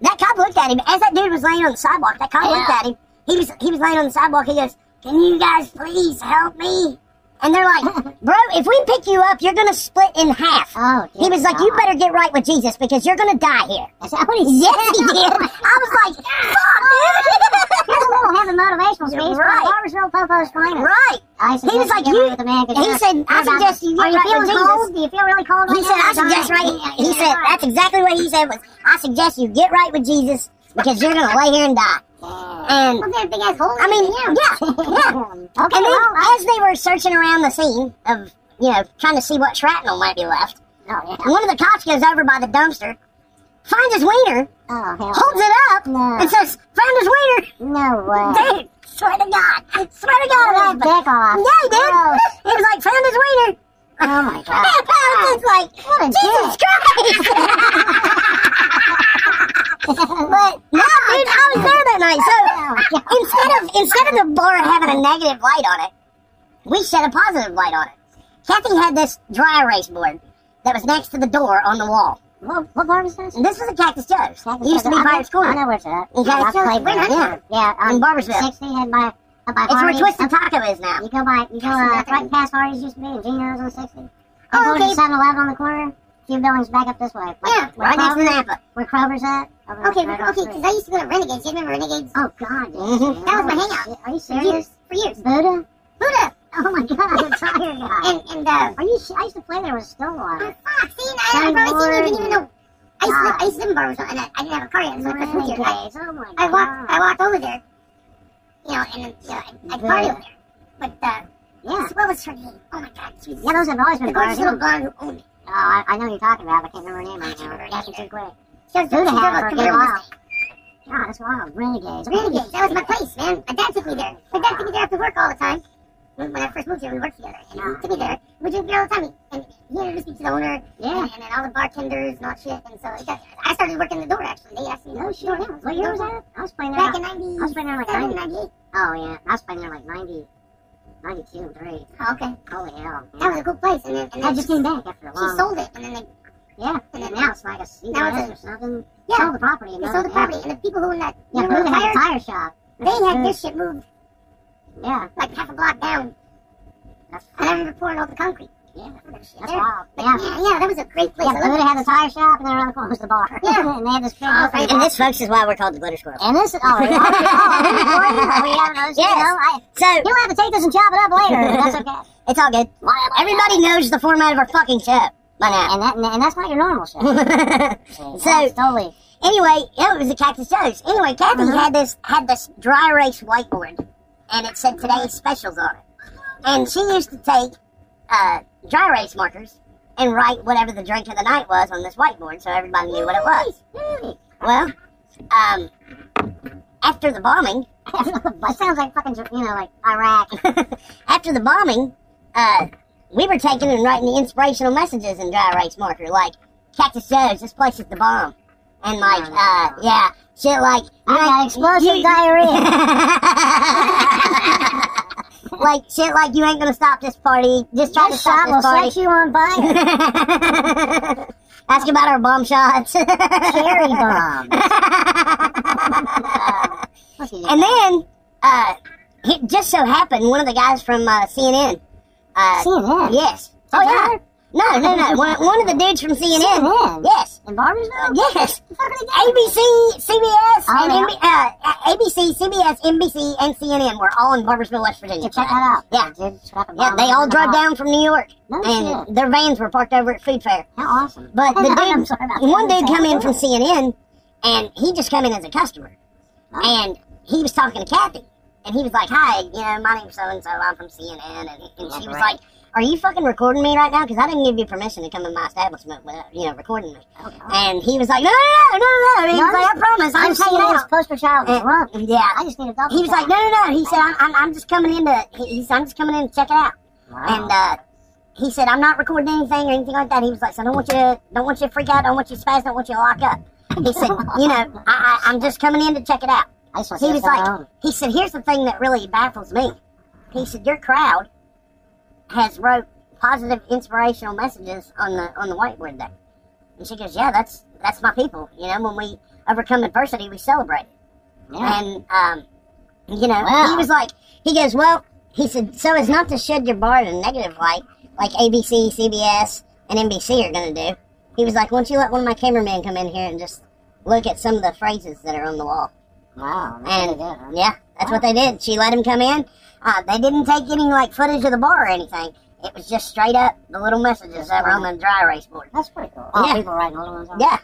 S8: that cop looked at him as that dude was laying on the sidewalk. That cop looked at him. He was he was laying on the sidewalk. He goes, "Can you guys please help me?" And
S12: *laughs*
S8: they're like, "Bro, if we pick you up, you're gonna split in half."
S12: Oh,
S8: He was like, "You better get right with Jesus because you're gonna die here."
S12: Is that what he *laughs*
S8: Yes, he did. I was like, "Fuck, dude!"
S12: That's a little don't have a motivational speech. but
S8: Right.
S12: Barbersville Popo's finest.
S8: Right.
S12: I
S8: He was
S12: suggest
S8: like,
S12: get
S8: you-
S12: rid of the man 'cause
S8: he
S12: you're-
S8: said, I
S12: you're about-
S8: suggest you get
S12: Are you
S8: right with
S12: feeling
S8: Jesus.
S12: cold? Do you feel really cold?
S8: He
S12: right
S8: said,
S12: now?
S8: I suggest
S12: Dying.
S8: right.
S12: Yeah,
S8: He said,
S12: right.
S8: that's exactly what he said was, I suggest you get right with Jesus because you're going to lay here and die. And I mean, yeah, yeah.
S12: *laughs* Okay,
S8: and then,
S12: well,
S8: as they were searching around the scene of, you know, trying to see what shrapnel might be left,
S12: Oh, yeah.
S8: one of the cops goes over by the dumpster, finds his wiener,
S12: Oh, hell.
S8: *laughs* holds it up,
S12: No.
S8: and says, "Found his wiener."
S12: No way.
S8: Dude, swear to God, swear to God,
S12: What a
S8: man.
S12: dick off.
S8: Yeah, he did.
S12: Gross.
S8: He was like, "Found his wiener."
S12: Oh
S8: *laughs*
S12: my god.
S8: I was just like,
S12: What a
S8: Jesus
S12: *laughs* dick.
S8: Christ! but no, dude, I was there that night.
S12: *laughs*
S8: So instead of instead of the bar having a negative light on it, we shed a positive light on it. Kathy had this dry erase board that was next to the door on the wall.
S12: What, what bar was this?
S8: And this was a Cactus Joe's.
S12: Cactus
S8: It used to be
S12: Joe's. I
S8: Pirates
S12: know-
S8: Corner.
S12: I know where it's at. Yeah,
S8: You got
S12: I
S8: it, Joe's?
S12: played
S8: Wait,
S12: there.
S8: yeah.
S12: Yeah,
S8: In Barbersville.
S12: 60 had my, up by
S8: It's where
S12: Hardee's.
S8: Twisted Taco is now.
S12: You go by, you go uh, right past Hardy's used to be, and Gino's on 60. And oh,
S8: okay.
S12: okay. 7 Eleven on the corner, a few buildings back up this way.
S8: Yeah,
S12: Where
S8: right next to
S12: Kroger-
S8: Napa.
S12: Where Kroger's at. over
S8: Okay,
S12: right
S8: okay,
S12: across the
S8: 'cause
S12: street.
S8: I used to go to Renegades. You remember Renegades?
S12: Oh, God. yes,
S8: Mhm. That was my
S12: man.
S8: hangout.
S12: Are you
S8: For years.
S12: serious?
S8: For years.
S12: Buddha?
S8: Buddha.
S12: Oh my god, I'm tired now.
S8: *laughs* And, and, uh, Oh,
S12: Are you? sh- I used to play there with still water.
S8: fuck, see, I, I probably seen you, didn't even know. I used to, live- I used to live in Barbersville, and I, I didn't have a car yet, so I first moved here. I,
S12: Renegades, Oh my
S8: I walked, I
S12: god.
S8: walked over there, you know, and, you know, I, I
S12: Buddha.
S8: party over there. But, uh,
S12: Yeah.
S8: what was her name? Oh my god, she was
S12: Yeah, those have always been
S8: the gorgeous
S12: bars.
S8: little blonde who owned it.
S12: Oh, I, I know what you're talking about. but I can't remember her name
S8: *laughs*
S12: right
S8: I
S12: now.
S8: remember her
S12: That's
S8: name
S12: too quick.
S8: She was, she
S12: Buddha
S8: was
S12: had
S8: a
S12: it for a
S8: convertible
S12: while.
S8: Mustang.
S12: God, that's wild. Renegades.
S8: Renegades, that was my place, man. My dad took me there. My dad took me there after work all the time. When when I first moved here, we worked together, and he took me there. We drink beer all the time, and he introduced me to the owner,
S12: Yeah.
S8: and, and then all the bartenders and all shit. And so it got, I started working the door actually. They asked me,
S12: No
S8: "Oh
S12: shit. What year was that? I was playing there.
S8: Back in
S12: like-
S8: '90,
S12: I was playing there like 90.
S8: 98.
S12: Oh yeah, I was playing there like 90, 92, 3.
S8: Oh, okay,
S12: Holy hell.
S8: that was a cool place. And then, and then
S12: I just came back after a
S8: She
S12: long.
S8: sold it, and then they
S12: Yeah, and now it's like a
S8: Now
S12: CVS or
S8: it's
S12: something.
S8: Yeah.
S12: sold the property.
S8: they
S12: no?
S8: sold the
S12: Yeah.
S8: property, and the people who owned that
S12: Yeah,
S8: you
S12: Buddha
S8: know,
S12: had
S8: tire,
S12: a tire shop.
S8: they had
S12: Good.
S8: this shit moved
S12: Yeah,
S8: like half a block down.
S12: That's-
S8: And I remember pouring all the concrete.
S12: yeah,
S8: That's
S12: that's wild.
S8: Yeah,
S12: Yeah.
S8: yeah, that was a great place.
S12: Yeah,
S8: I loved
S12: Buddha
S8: it.
S12: had the tire shop, and then around the corner was the bar. *laughs*
S8: Yeah.
S12: and they had this big.
S8: Oh,
S12: open
S8: and
S12: bar.
S8: this, folks, is why we're called the Glitter Squirrel.
S12: And this, oh, *laughs* yeah, oh, yeah, we have those. You
S8: Yes.
S12: know, I,
S8: So
S12: you'll have to take this and chop it up later. But that's okay.
S8: *laughs* it's all good. Everybody knows the format of our fucking show by now.
S12: And that, and that's not your normal shit.
S8: *laughs* so
S12: That's totally.
S8: anyway, yeah, it was the Cactus Joe's. Anyway, Kathy had this had this dry erase whiteboard, and it said today's specials on it. And she used to take uh, dry erase markers and write whatever the drink of the night was on this whiteboard, so everybody knew what it was. Well, um, after
S12: *laughs*
S8: the bombing,
S12: That sounds like fucking, you know, like Iraq.
S8: *laughs* after the bombing, uh, we were taking and writing the inspirational messages in dry erase marker, like Cactus Joe's, this place is the bomb, and like, uh, yeah, shit like
S12: I Oh, got explosive
S8: you-
S12: diarrhea.
S8: *laughs* like shit like you ain't gonna stop this party, just try to
S12: This shot
S8: stop
S12: will
S8: this
S12: set
S8: party.
S12: you on fire.
S8: *laughs* Ask about our bomb shots.
S12: Cherry
S8: *laughs*
S12: bomb. Look at you.
S8: And then, uh, it just so happened one of the guys from uh, CNN. Uh,
S12: CNN?
S8: Yes. Oh yeah. No, no, no. One, one of the dudes from CNN.
S12: CNN?
S8: Yes.
S12: In Barbersville?
S8: Yes. ABC, CBS,
S12: Oh,
S8: and
S12: yeah.
S8: NB uh, ABC, CBS, NBC, and CNN were all in Barbersville, West Virginia.
S12: Yeah, check that out.
S8: Yeah.
S12: Dude, just fucking
S8: Yeah,
S12: bomb
S8: they
S12: it.
S8: all drove down from New York,
S12: No
S8: and
S12: shit.
S8: their vans were parked over at Food Fair.
S12: How awesome. *laughs*
S8: But the
S12: I'm
S8: dude,
S12: sorry about that.
S8: one dude come in from CNN, and he just come in as a customer,
S12: Oh.
S8: and he was talking to Kathy, and he was like, "Hi, you know, my name's so and so. I'm from CNN," and, and she was like, "Are you fucking recording me right now? Because I didn't give you permission to come in my establishment without, you know, recording me."
S12: Oh,
S8: And he was like, "No, no, no, no, no." He was
S12: No,
S8: like, "I promise,
S12: I'm
S8: I'm hanging
S12: saying this
S8: out."
S12: poster child is wrong.
S8: And- yeah,
S12: I just need a double
S8: he was
S12: check.
S8: like, "No, no, no." He said, "I'm, I'm, I'm just coming in to, he, he said, I'm just coming in to check it out."
S12: Wow.
S8: And uh, he said, "I'm not recording anything or anything like that." He was like, "So I don't want you to don't want you to freak out. Don't want you to spaz. Don't want you to lock up." He said, "You know, I, I, I'm just coming in to check it out."
S12: I just want to see
S8: He was
S12: what's going
S8: like,
S12: on.
S8: "He said, here's the thing that really baffles me." He said, "Your crowd has wrote positive, inspirational messages on the on the whiteboard there." And she goes, "Yeah, that's that's my people. You know, when we overcome adversity, we celebrate."
S12: Yeah.
S8: And um, you know,
S12: Wow.
S8: he was like, he goes, well, he said, so as not to shed your bar in a negative light, like ABC, CBS, and NBC are gonna do. He was like, why don't you let one of my cameramen come in here and just look at some of the phrases that are on the wall?
S16: Wow. And yeah, that's what they did. She let him come in. Uh, they didn't take any like footage of the bar or anything. It was just straight up the little messages that were on the dry erase board. That's pretty cool.
S7: All
S16: yeah.
S7: people writing little ones on
S16: Yeah.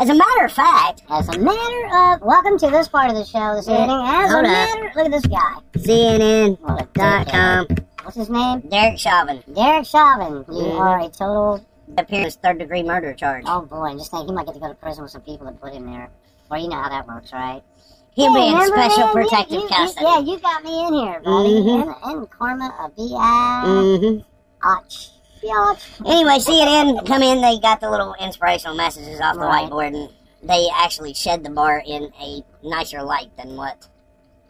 S16: As a matter of fact,
S7: As a matter of, welcome to this part of the show this
S16: Yeah.
S7: evening. As
S16: Hold
S7: a
S16: up.
S7: matter, look at this guy.
S16: CNN.com.
S7: What's his name?
S16: Derek Chauvin.
S7: Derek Chauvin. You
S16: Mhm.
S7: are a total.
S16: Appears third degree murder charge.
S7: Oh boy, and just think he might get to go to prison with some people that put him there. Well, you know how that works, right?
S16: He'll be in
S7: remember,
S16: special
S7: man? You-
S16: protective
S7: you- you-
S16: custody.
S7: yeah, you got me in here, buddy.
S16: Mhm.
S7: And, and Karma a bi. Ouch. Biatch.
S16: Anyway, CNN come in. They got the little inspirational messages off the
S7: Right.
S16: whiteboard, and they actually shed the bar in a nicer light than what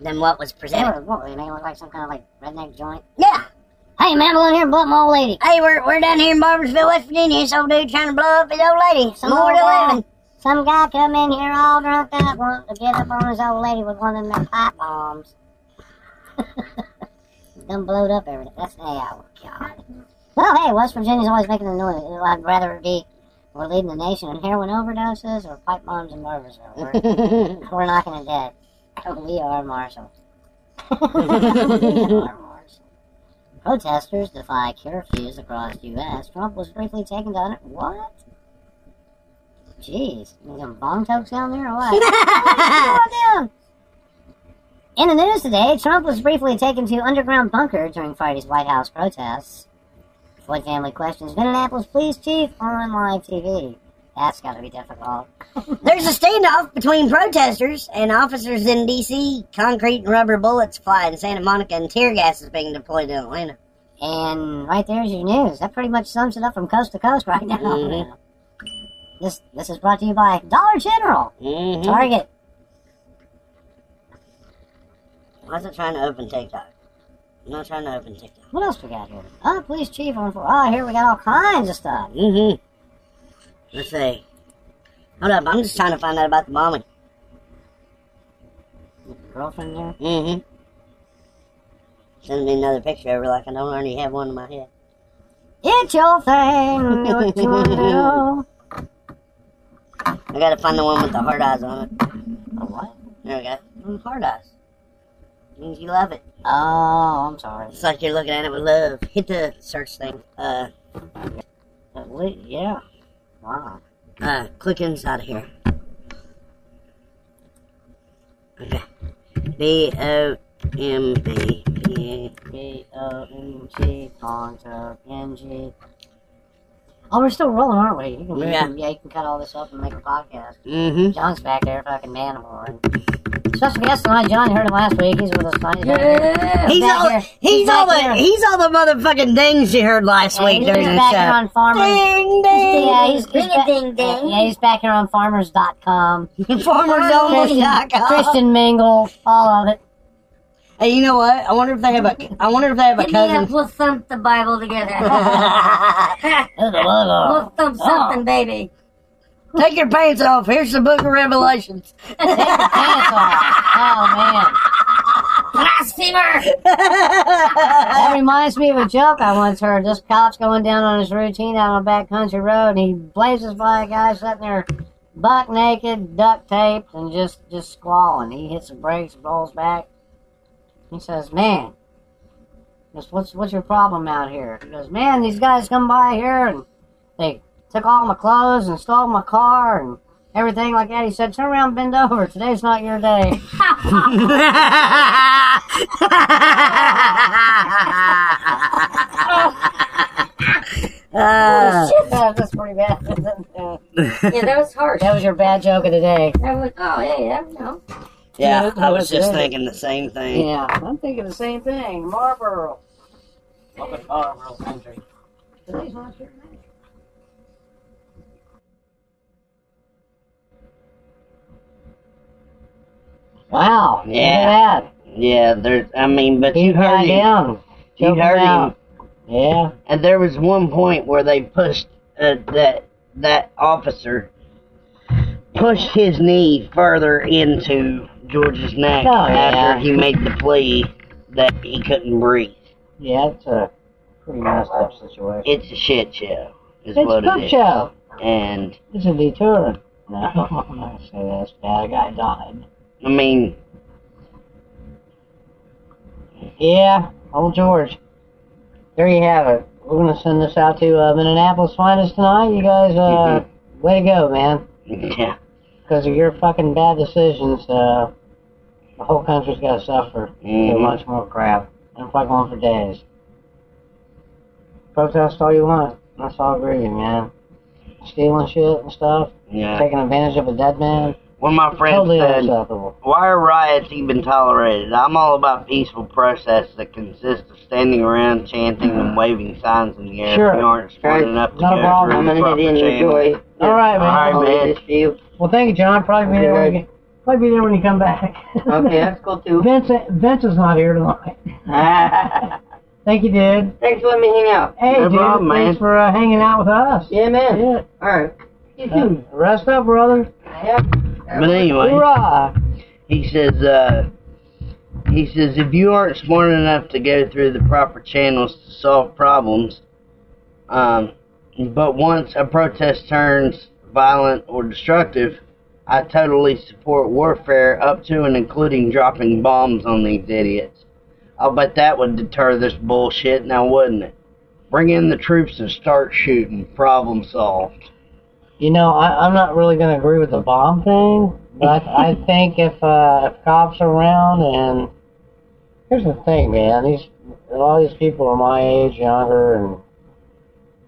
S16: than what was
S7: They
S16: presented.
S7: were, what were they? They looked like some kind of like redneck joint.
S16: Yeah.
S7: Hey, man, I'm here and blow up my old lady.
S16: Hey, we're, we're down here in Barbersville, West Virginia. This old dude trying to blow up his old lady.
S7: Some
S16: More
S7: old
S15: Oh,
S16: than
S7: guy,
S16: eleven.
S7: Some guy come in here all drunk up, want to get up on his old lady with one of them pipe bombs. *laughs* Done blowed up everything. That's hey, oh god. Well, hey, West Virginia's always making a noise. I'd rather it be we're leading the nation in heroin overdoses or pipe bombs in Barbersville. We're, we're knocking it dead. We are Marshall. Protesters defy curfews across U.S. Trump was briefly taken down. What? Jeez, you some bong tokes down there or what? What's going down? In the news today, Trump was briefly taken to underground bunker during Friday's White House protests. Floyd family questions Minneapolis police chief on live TV. That's got to be difficult.
S16: There's a standoff between protesters and officers in D.C. Concrete and rubber bullets fly in Santa Monica, and tear gas is being deployed in Atlanta.
S7: And right there's your news. That pretty much sums it up from coast to coast right now.
S16: Mhm.
S7: This this is brought to you by Dollar General,
S16: Mm-hmm.
S7: Target.
S16: I wasn't trying to open TikTok. I'm not trying to open TikTok.
S7: What else we got here? Oh, police chief on for. Oh, here we got all kinds of stuff.
S16: Mm-hmm. Let's see. Hold up, I'm just trying to find out about the bombing.
S7: Girlfriend there.
S16: Mm-hmm. Send me another picture over like I don't already have one in my head.
S7: It's your thing. do What *laughs* you wanna do?
S16: I gotta find the one with the hard eyes on it.
S7: A what?
S16: There we go. Mm, Hard eyes. Means you love it.
S7: Oh, I'm sorry.
S16: It's like you're looking at it with love. Hit the search thing. Uh,
S7: Uh, wait, yeah. Wow.
S16: uh, click inside of here. Okay. B O M B P
S7: B O N G Ponto N G. Oh, we're still rolling, aren't we? You can, yeah. You
S16: Yeah.
S7: can, yeah, you can cut all this up and make a podcast.
S16: Mm-hmm.
S7: John's back there, fucking manimal. And special guest tonight, John. You heard him last week. He's with us tonight.
S16: Yeah. He's
S7: back
S16: all
S7: here.
S16: he's, all
S7: back
S16: the
S7: here.
S16: he's all the motherfucking dings you heard last
S7: Yeah,
S16: week
S7: he's
S16: during the
S7: back
S16: show.
S7: here on Farmers.
S16: Ding ding.
S7: Yeah, he's, he's
S16: Ding,
S7: back,
S16: ding, ding.
S7: yeah, he's back here on farmers.com.
S16: Farmersonly.com.
S7: Christian, Christian Mingle, all of it.
S16: Hey, you know what? I wonder if they have a I wonder if they have a
S6: Hit me up,
S16: cousin.
S6: we'll thump the Bible together.
S7: logo.
S6: we'll thump something, baby.
S16: Take your pants off. Here's the book of Revelations.
S7: Pants off. Oh, man.
S6: Blasphemer!
S7: That reminds me of a joke I once heard. This cop's going down on his routine out on a backcountry road, and he blazes by a guy sitting there, buck naked, duct taped, and just just squalling. He hits the brakes, rolls back. He says, "Man, just what's what's your problem out here?" He goes, "Man, these guys come by here and they took all my clothes and stole my car and everything like that." He said, "Turn around, bend over. Today's not
S6: *laughs*
S7: your day." *laughs*
S16: Uh,
S7: Yeah, that's pretty bad. *laughs* that
S6: yeah, that was harsh.
S7: was your bad joke of the day.
S6: That was, oh, hey, that, no.
S16: yeah, I was just thinking the same thing.
S7: Yeah, I'm thinking the same thing. Marlboro. Look at Marlboro country. Today's not your day. Wow. look at
S16: Yeah.
S7: that.
S16: Yeah, there. I mean, but
S7: You
S16: you heard
S7: got
S16: him.
S7: down.
S16: You
S7: Choke
S16: heard
S7: out.
S16: him.
S7: Yeah.
S16: And there was one point where they pushed uh, that that officer pushed his knee further into George's neck
S7: Oh, yeah.
S16: after he made the plea that he couldn't breathe.
S7: Yeah, it's a pretty messed up situation.
S16: It's a shit show, is
S7: It's
S16: what
S7: poop
S16: it is.
S7: show.
S16: And
S7: It's a detour. No, I say that's bad. A guy died.
S17: I
S16: *laughs*
S17: mean,
S15: Yeah, old George. There you have it. We're gonna send this out to uh, Minneapolis Finest tonight. You guys, uh,
S7: Mm-hmm.
S15: way to go, man.
S17: yeah.
S15: Because of your fucking bad decisions, uh, the whole country's gotta suffer so
S17: Mhm.
S15: much more crap. And fuck on for days. Protest all you want. That's all agree, man. Stealing shit and stuff.
S17: Yeah.
S15: Taking advantage of a dead man.
S17: One of my friends
S15: Totally
S17: said,
S15: unacceptable.
S17: why are riots even tolerated? I'm all about peaceful protests that consist of standing around chanting and waving signs in the air
S15: Sure.
S17: if you aren't smart
S15: Right.
S17: enough to
S15: Not a
S17: go
S15: problem.
S17: through
S15: I'm
S17: the
S15: gonna
S17: proper
S15: enjoy
S17: channels.
S15: it. All right, man.
S17: All right, man.
S15: Well, thank you, John. Probably be there when you, probably be there when you come back. *laughs*
S17: Okay, that's
S15: cool too. Vince, Vince is not here tonight.
S17: *laughs*
S15: thank you, dude.
S17: Thanks for letting me hang out.
S15: Hey,
S17: no
S15: dude.
S17: problem, man.
S15: thanks for uh, hanging out with us. Yeah, man. Yeah.
S17: All right.
S15: Uh, rest up, brother. Yeah.
S17: But anyway,
S15: Hoorah!
S17: he says, uh, he says, if you aren't smart enough to go through the proper channels to solve problems, um, but once a protest turns violent or destructive, I totally support warfare up to and including dropping bombs on these idiots. I'll bet that would deter this bullshit now, wouldn't it? Bring in the troops and start shooting. Problem solved.
S15: You know, I, I'm not really going to agree with the bomb thing, but I
S17: *laughs*
S15: think if, uh, if cops are around and here's the thing, man, these a lot of these people are my age, younger, and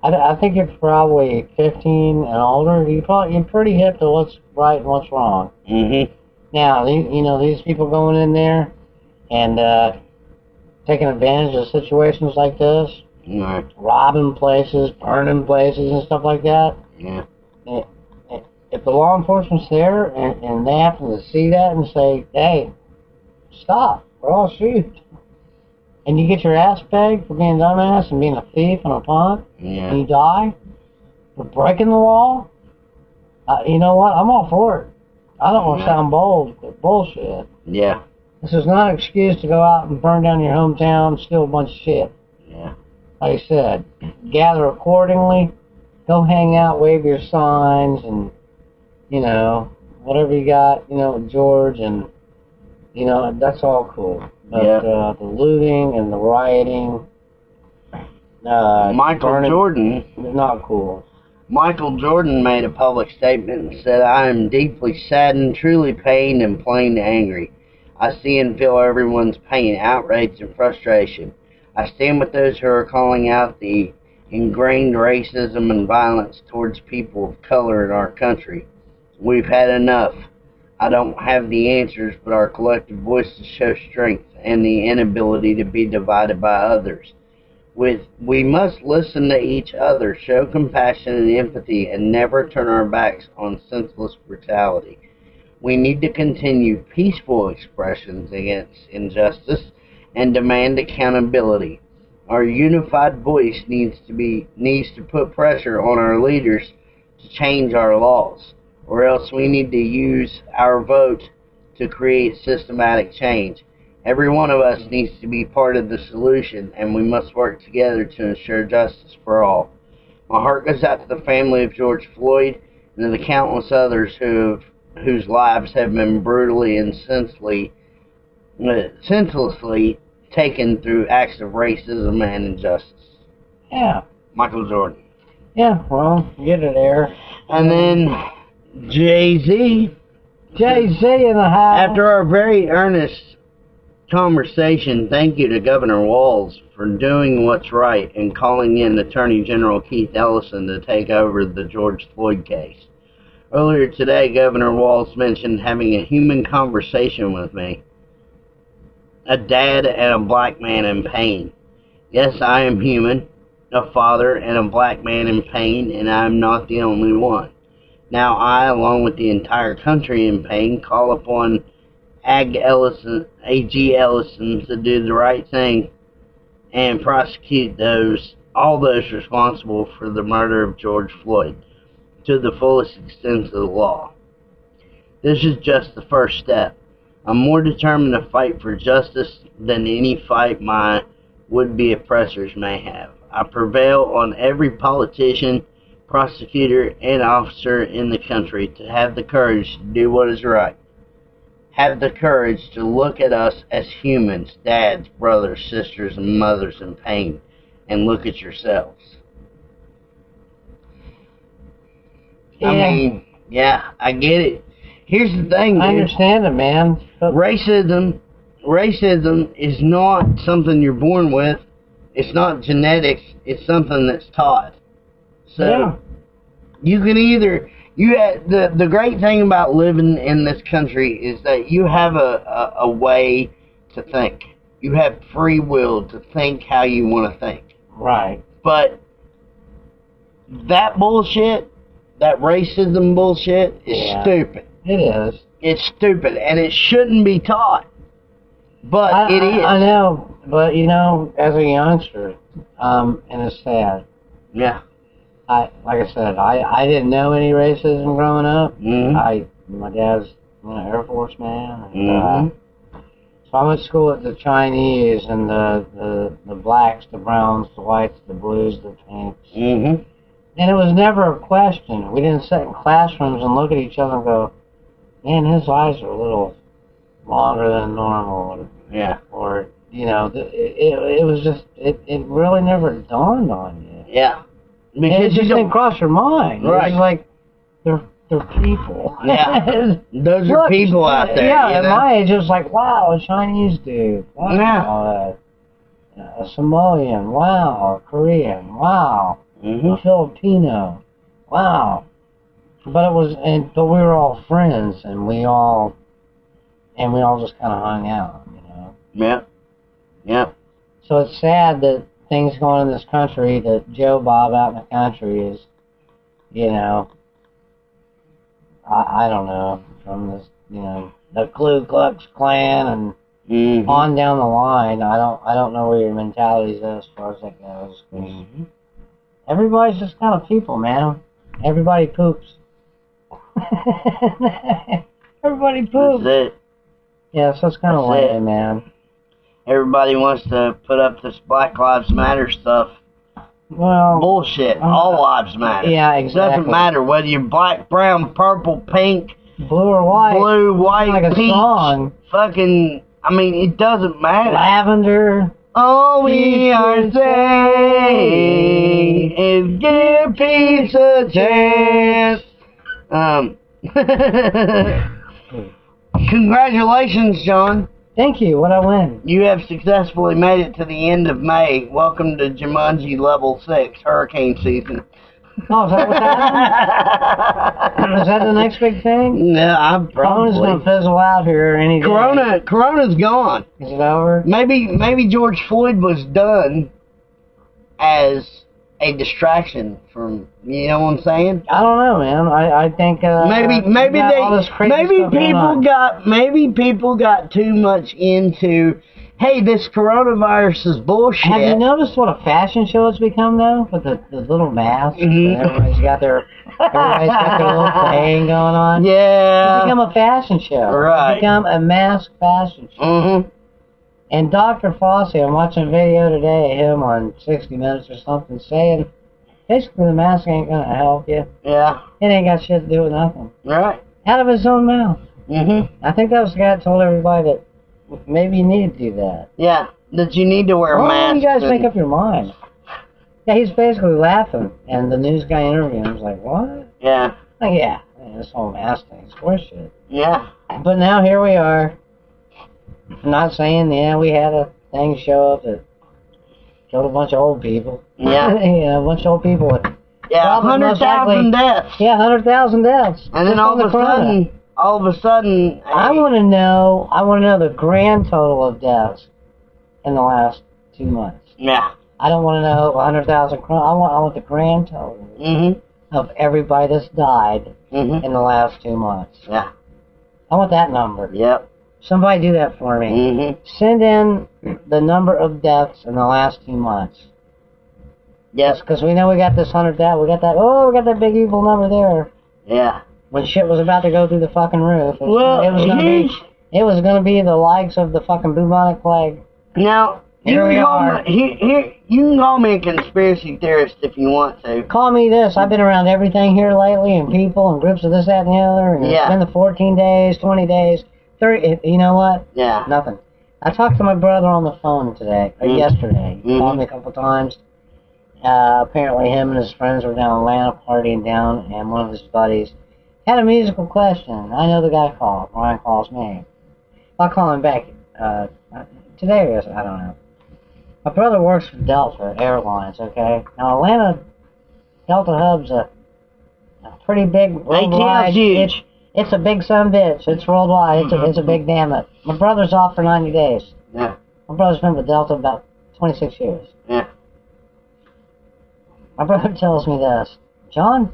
S15: I, th- I think you're probably 15 and older. You probably you're pretty hip to what's right and what's wrong.
S17: Mm-hmm.
S15: Now, the, you know these people going in there and uh, taking advantage of situations like this,
S17: Right.
S15: robbing places, burning places, and stuff like that
S17: Yeah.
S15: if the law enforceme's there and, and they happen to see that and say, hey, stop, or I'll shoot, and you get your ass pegged for being a dumbass and being a thief and a punk,
S17: Yeah.
S15: and you die for breaking the law, uh, you know what? I'm all for it. I don't want to
S17: Yeah.
S15: sound bold, but bullshit.
S17: Yeah.
S15: This is not an excuse to go out and burn down your hometown, steal a bunch of shit.
S17: Yeah.
S15: Like I said, gather accordingly, go hang out, wave your signs, and, you know, whatever you got, you know, George, and, you know, that's all cool. But
S17: Yeah.
S15: uh, the looting and the rioting, uh,
S17: Michael
S15: burning-
S17: Jordan.
S15: Not cool.
S17: Michael Jordan made a public statement and said, I am deeply saddened, truly pained, and plain angry. I see and feel everyone's pain, outrage, and frustration. I stand with those who are calling out the ingrained racism and violence towards people of color in our country. We've had enough. I don't have the answers, but our collective voices show strength and the inability to be divided by others. With we must listen to each other, show compassion and empathy, and never turn our backs on senseless brutality. We need to continue peaceful expressions against injustice and demand accountability. Our unified voice needs to be needs to put pressure on our leaders to change our laws, or else we need to use our vote to create systematic change. Every one of us needs to be part of the solution, and we must work together to ensure justice for all. My heart goes out to the family of George Floyd and to the countless others who have, whose lives have been brutally and senselessly, uh, senselessly taken through acts of racism and injustice.
S15: Yeah.
S17: Michael Jordan.
S15: Yeah, well, get it there.
S17: And then Jay Z.
S15: Jay Z in the house.
S17: After our very earnest conversation, thank you to Governor Walls for doing what's right and calling in Attorney General Keith Ellison to take over the George Floyd case. Earlier today, Governor Walls mentioned having a human conversation with me, a dad and a black man in pain. Yes, I am human, a father and a black man in pain, and I am not the only one. Now I, along with the entire country in pain, call upon Ag Ellison, A.G. Ellison to do the right thing and prosecute those all those responsible for the murder of George Floyd to the fullest extent of the law. This is just the first step. I'm more determined to fight for justice than any fight my would-be oppressors may have. I prevail on every politician, prosecutor, and officer in the country to have the courage to do what is right. have the courage to look at us as humans, dads, brothers, sisters, and mothers in pain, and look at yourselves. I
S15: Yeah.
S17: mean, yeah, I get it. Here's the thing, dude.
S15: I understand it, man.
S17: Racism, racism is not something you're born with. It's not genetics. It's something that's taught. So
S15: Yeah.
S17: you can either you ha- the the great thing about living in this country is that you have a, a, a way to think. You have free will to think how you want to think.
S15: Right.
S17: But that bullshit, that racism bullshit, is
S15: Yeah.
S17: stupid.
S15: It is.
S17: It's stupid, and it shouldn't be taught. But
S15: I,
S17: it
S15: I-
S17: is.
S15: I know, but you know, as a youngster, um, and it's sad.
S17: Yeah.
S15: I like I said, I I didn't know any racism growing up.
S17: Mhm.
S15: I my dad's you know, Air Force man. And,
S17: Mhm.
S15: uh, so I went to school with the Chinese and the, the the blacks, the browns, the whites, the blues, the pinks.
S17: Mm-hmm.
S15: And it was never a question. We didn't sit in classrooms and look at each other and go, "Man, his eyes are a little longer than normal."
S17: Yeah.
S15: Or you know, th- it, it, it was just it, it really never dawned on you.
S17: Yeah.
S15: And
S17: Because
S15: it
S17: you
S15: just
S17: don't-
S15: didn't cross your mind. It was
S17: Right.
S15: like they're they're people. *laughs*
S17: Yeah. Those are
S15: Look,
S17: people out there.
S15: Yeah,
S17: you
S15: at
S17: know?
S15: my age, it was like, wow, a Chinese dude. Wow, uh, a Somalian. Wow, a Korean. Wow,
S17: Mm-hmm.
S15: a Filipino. Wow. But it was, and but we were all friends, and we all, and we all just kind of hung out.
S17: Yeah. Yeah.
S15: So it's sad that things going on in this country that Joe Bob out in the country is, you know, I, I don't know, from this, you know, the Ku Klux Klan and
S17: Mm-hmm.
S15: on down the line. I don't, I don't know where your mentality is as far as that goes. 'cause
S17: Mm-hmm.
S15: Everybody's just kind of people, man. Everybody poops. *laughs* Everybody poops.
S17: That's it.
S15: Yeah, so it's kind of
S17: That's it.
S15: lame, man.
S17: Everybody wants to put up this Black Lives Matter stuff.
S15: Well,
S17: bullshit. All lives matter.
S15: Uh-huh. yeah,
S17: Doesn't
S15: exactly.
S17: matter whether you're black, brown, purple, pink,
S15: blue or white,
S17: blue, white,
S15: Like a
S17: peach,
S15: song.
S17: Fucking. I mean, it doesn't matter.
S15: Lavender. Oh,
S17: All we are saying is give peace a chance. Um. *laughs* Congratulations, John.
S15: Thank you. What I win?
S17: You have successfully made it to the end of May. Welcome to Jumanji Level Six Hurricane
S15: *laughs*
S17: Season.
S15: Oh, is that what that is? Is that the next big
S17: *laughs*
S15: thing?
S17: No, I'm
S15: Corona's
S17: probably-
S15: gonna fizzle out here any day.
S17: Corona, Corona's gone.
S15: Is it over?
S17: Maybe, maybe George Floyd was done as a distraction from. You know what I'm saying?
S15: I don't know, man. I, I think uh,
S17: Maybe, maybe
S15: we got all this
S17: they,
S15: crazy
S17: maybe
S15: stuff going
S17: people
S15: on.
S17: got, maybe people got too much into. Hey, this coronavirus is bullshit.
S15: Have you noticed what a fashion show it's become though? With the, the little masks, and
S17: Mm-hmm.
S15: everybody's got their everybody's got their
S17: *laughs*
S15: little thing going on.
S17: Yeah,
S15: it's become a fashion show.
S17: Uh, Right.
S15: it's become a mask fashion show.
S17: Mm-hmm.
S15: And Dr. Fossey, I'm watching a video today of him on 60 Minutes or something, saying basically the mask ain't gonna help you.
S17: Yeah.
S15: It ain't got shit to do with nothing.
S17: Right.
S15: Out of his own mouth.
S17: Mm-hmm.
S15: I think that was the guy that told everybody that maybe you need to do that.
S17: Yeah, that you need to wear a
S15: Why
S17: mask.
S15: don't you guys
S17: and-
S15: make up your mind? Yeah, he's basically laughing, and the news guy interviewing him was like, what?
S17: Yeah.
S15: Like, Oh, yeah, man, this whole mask thing's horseshit.
S17: Yeah.
S15: But now here we are. I'm not saying, yeah, we had a thing show up that killed a bunch of old people.
S17: Yeah.
S15: *laughs* yeah, a bunch of old people. With
S17: Yeah,
S15: probably
S17: hundred
S15: most
S17: thousand
S15: likely-
S17: deaths.
S15: Yeah, hundred thousand deaths.
S17: And then
S15: Just
S17: all
S15: on the
S17: of a sudden,
S15: corona.
S17: all of a sudden,
S15: I want to know. I want to know the grand total of deaths in the last two months.
S17: yeah,
S15: I don't want to know hundred thousand. cor- I want. I want the grand total of everybody that's died in the last two months.
S17: Mm-hmm. yeah,
S15: I want that number.
S17: Yep. Mm-hmm.
S15: Somebody do that for me. Send in the number of deaths in the last two months.
S17: Yes.
S15: Because we know we got this hundred that we got that oh we got that big evil number there.
S17: yeah.
S15: When shit was about to go through the fucking roof. It,
S17: Well,
S15: it was gonna be
S17: here's-
S15: it was gonna be the likes of the fucking bubonic plague.
S17: Now you
S15: Here
S17: can,
S15: we
S17: call
S15: are.
S17: Me, here, here, you can call me a conspiracy theorist if you want to.
S15: Call me this. I've been around everything here lately and people and groups of this, that and the other and
S17: Yeah.
S15: it's been the fourteen days, twenty days. Three. You know what?
S18: Yeah.
S15: Nothing. I talked to my brother on the phone today, or
S18: Mhm.
S15: yesterday. He called me a couple times. Uh, apparently, him and his friends were down in Atlanta partying down, and one of his buddies had a musical question. I know the guy called. Ryan calls me. I'll call him back uh, today or yesterday. I don't know. My brother works for Delta Airlines. Okay. Now Atlanta Delta Hub's a, a pretty big worldwide.
S19: huge.
S15: It's, it's a big son bitch. It's worldwide. It's a, it's a big damn it. My brother's off for 90 days.
S18: Mm-hmm. Yeah.
S15: My brother's been with Delta about 26 years.
S18: Yeah.
S15: My brother *laughs* tells me this, John.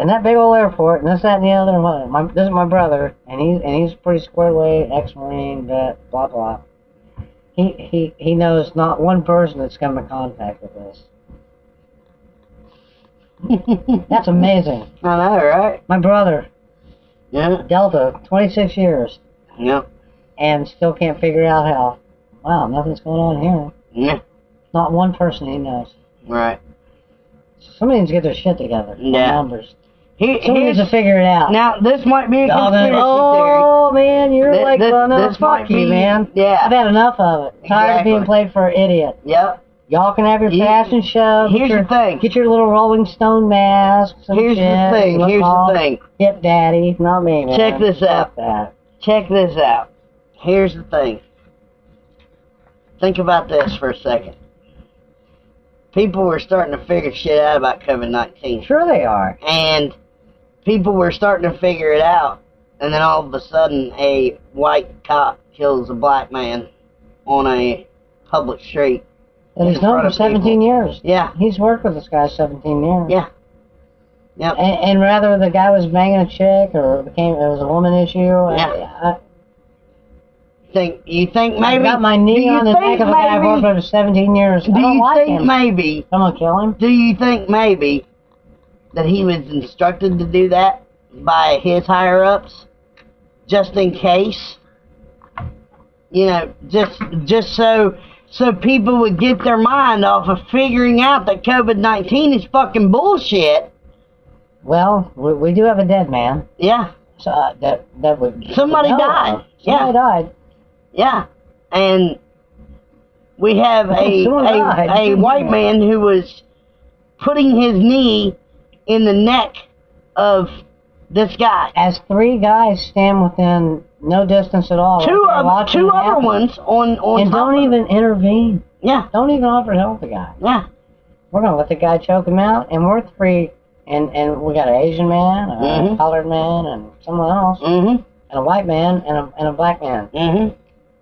S15: In that big old airport, and this, that, and the other. one, My, this is my brother, and he's and he's pretty squared away, ex-marine vet, blah blah. He he he knows not one person that's come in contact with us. *laughs* that's amazing.
S18: I know, right?
S15: My brother.
S18: Yeah.
S15: Delta, 26 years,
S18: Yeah.
S15: and still can't figure out how. Wow, nothing's going on here.
S18: Yeah.
S15: Not one person he knows.
S18: Right.
S15: Somebody needs to get their shit together. on
S18: Yeah.
S15: Numbers.
S18: He,
S15: Somebody needs to figure it out.
S18: Now this might be a
S15: Y'all
S18: conspiracy
S15: done- oh man, you're
S18: Th-
S15: like,
S18: th-
S15: well, no,
S18: this
S15: fuck
S18: might
S15: you,
S18: be-
S15: man.
S18: Yeah.
S15: I've had enough of it. Tired of being
S18: Exactly.
S15: played for an idiot.
S18: Yep.
S15: Y'all can have your fashion show. Here's your, the
S18: thing.
S15: Get your little Rolling Stone masks. And
S18: Here's the
S15: shit, and
S18: thing,
S15: look
S18: here's the
S15: all
S18: thing.
S15: Hip daddy, not me, man.
S18: Check this out. Check this out. Here's the thing. Think about this for a second. People were starting to figure shit out about COVID 19.
S15: Sure they are.
S18: And people were starting to figure it out. And then all of a sudden, a white cop kills a black man on a public street.
S15: And he's
S18: in
S15: known
S18: front
S15: for
S18: of people.
S15: 17 years.
S18: Yeah.
S15: He's worked with this guy 17 years.
S18: Yeah. Yep.
S15: And, and rather the guy was banging a chick or it became it was a woman issue.
S18: Yeah.
S15: I, I,
S18: Think you think
S15: I
S18: maybe
S15: got my knee
S18: do you
S15: on the
S18: think
S15: neck of a guy I've
S18: maybe-
S15: worked with for 17 years. I
S18: Do
S15: don't
S18: you
S15: like
S18: think
S15: him.
S18: maybe?
S15: I'm gonna kill him.
S18: Do you think maybe that he was instructed to do that by his higher ups, just in case? You know, just just so so people would get their mind off of figuring out that COVID nineteen is fucking bullshit.
S15: Well, we, we do have a dead man.
S18: Yeah.
S15: So uh, that that would
S18: Somebody
S15: no.
S18: died.
S15: Somebody
S18: yeah.
S15: died.
S18: Yeah. And we have
S15: *laughs*
S18: a
S15: Someone died.
S18: a, a white man who was putting his knee in the neck of this guy.
S15: As three guys stand within no distance at all.
S18: Two
S15: right there
S18: of-
S15: watching
S18: two
S15: it
S18: other
S15: happen.
S18: ones on- on
S15: And
S18: top
S15: don't even intervene.
S18: Yeah.
S15: Don't even offer to help the guy.
S18: Yeah.
S15: We're gonna let the guy choke him out, and we're three. And and we got an Asian man, a
S18: Mhm.
S15: colored man, and someone else,
S18: mm-hmm.
S15: and a white man, and a and a black man.
S18: Mm-hmm.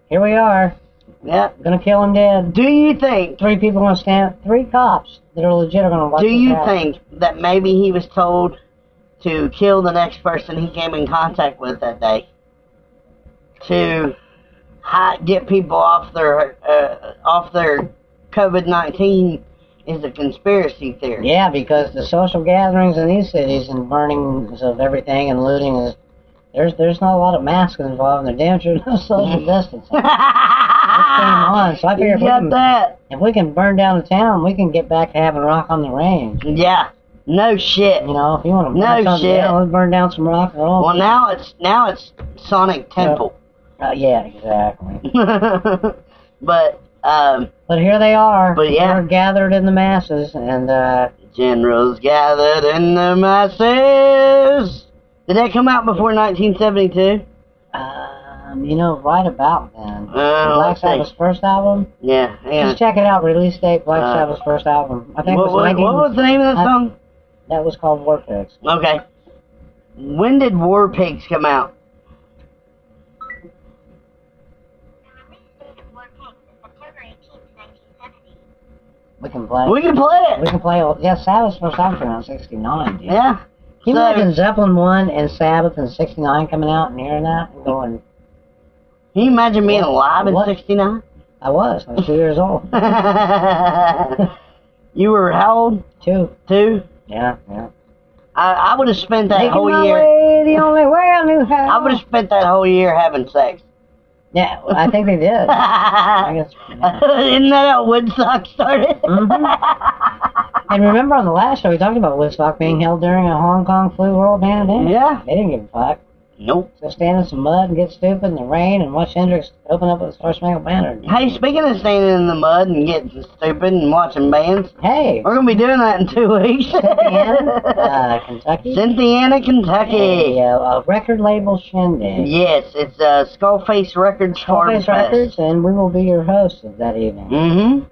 S15: Here we are.
S18: Yeah.
S15: Gonna kill him dead.
S18: Do you think
S15: three people gonna stand? Three cops that are legit are gonna watch.
S18: Do
S15: this
S18: you
S15: happen.
S18: think that maybe he was told to kill the next person he came in contact with that day? To hi- get people off their uh, off their COVID nineteen is a conspiracy theory.
S15: Yeah, because the social gatherings in these cities and burnings of everything and looting is there's there's not a lot of masks involved. And they're damn sure no
S18: *laughs*
S15: social distancing. What's going on? So I figure if we,
S18: got
S15: can,
S18: that.
S15: if we can burn down the town, we can get back to having rock on the range.
S18: Yeah. No shit.
S15: You know, if you want to burn
S18: No
S15: something
S18: shit.
S15: down, let's burn down some rock and roll.
S18: Well, now it's now it's Sonic Temple. *laughs*
S15: Uh, yeah, exactly.
S18: but um,
S15: But here they are.
S18: But yeah.
S15: They're gathered in the masses, and uh,
S18: generals gathered in the masses. Did that come out before 1972?
S15: um, you know, right about then,
S18: Uh,
S15: Black
S18: let's see.
S15: Sabbath's first album.
S18: Yeah, hang on.
S15: Just check it out. Release date, Black
S18: Uh,
S15: Sabbath's first album. I think
S18: what,
S15: it was
S18: what-
S15: 19
S18: what was the name of that
S15: I-
S18: song?
S15: That was called War Pigs.
S18: Okay. When did War Pigs come out?
S15: We can play.
S18: We can play it.
S15: We can play. it. Yeah, Sabbath's first album came out in '69. Dude.
S18: Yeah.
S15: Can you
S18: So-
S15: imagine Zeppelin one and Sabbath and '69 coming out and hearing that and going?
S18: Can you imagine being
S15: What-
S18: alive in
S15: what?
S18: *laughs* '69?
S15: I was. I was two years
S18: *laughs*
S15: old.
S18: you were how old?
S15: Two.
S18: Two.
S15: Yeah. Yeah.
S18: I, I would have spent that
S15: Making
S18: whole
S15: my
S18: year.
S15: way the only way I knew how.
S18: I would have spent that whole year having sex. *laughs*
S15: Yeah, I think they did. I guess.
S18: Isn't that how Woodstock
S15: *laughs*
S18: started?
S15: Mm-hmm. And remember on the last show we talked about Woodstock being held during a Hong Kong flu world pandemic.
S18: Yeah.
S15: They didn't give a fuck.
S18: Nope.
S15: So stand in some mud and get stupid in the rain and watch Hendrix open up with the Star Spangled Banner.
S18: Hey, speaking of standing in the mud and getting stupid and watching bands,
S15: hey,
S18: we're gonna be doing that in two *laughs* weeks. *laughs*
S15: Uh, Kentucky?
S18: Cynthiana, Kentucky.
S15: Hey, uh, a record label shindig.
S18: Yes, it's uh, Skullface Records. Hard
S15: Scarface
S18: Press.
S15: Records, and we will be your hosts of that evening.
S18: Mm-hmm.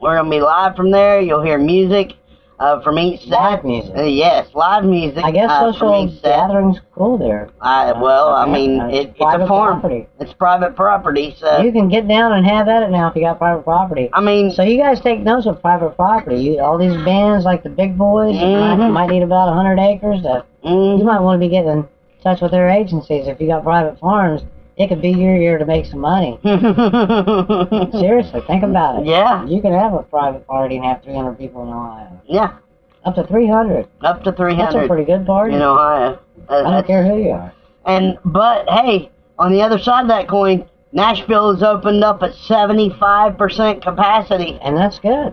S18: We're gonna be live from there. You'll hear music uh, from each set.
S15: Live music.
S18: Uh, yes, live music.
S15: I guess
S18: uh,
S15: social
S18: from each set.
S15: gathering's cool there.
S18: I, well, I mean,
S15: Uh,
S18: it, it's a
S15: private
S18: farm.
S15: property.
S18: It's private property, so
S15: you can get down and have at it now if you got private property. I
S18: mean,
S15: so you guys take notes of private property. You, all these bands like the Big Boys you might,
S18: Mhm.
S15: might need about a hundred acres. To,
S18: mm.
S15: You might want to be getting in touch with their agencies if you got private farms. It could be your year to make some money. Seriously, think about it.
S18: *laughs* Yeah.
S15: You can have a private party and have 300 people in Ohio.
S18: Yeah.
S15: Up to 300.
S18: up to three hundred.
S15: That's a pretty good party.
S18: in Ohio. Uh,
S15: I don't care who you are.
S18: And but hey, on the other side of that coin, Nashville has opened up at seventy five percent capacity,
S15: and that's good.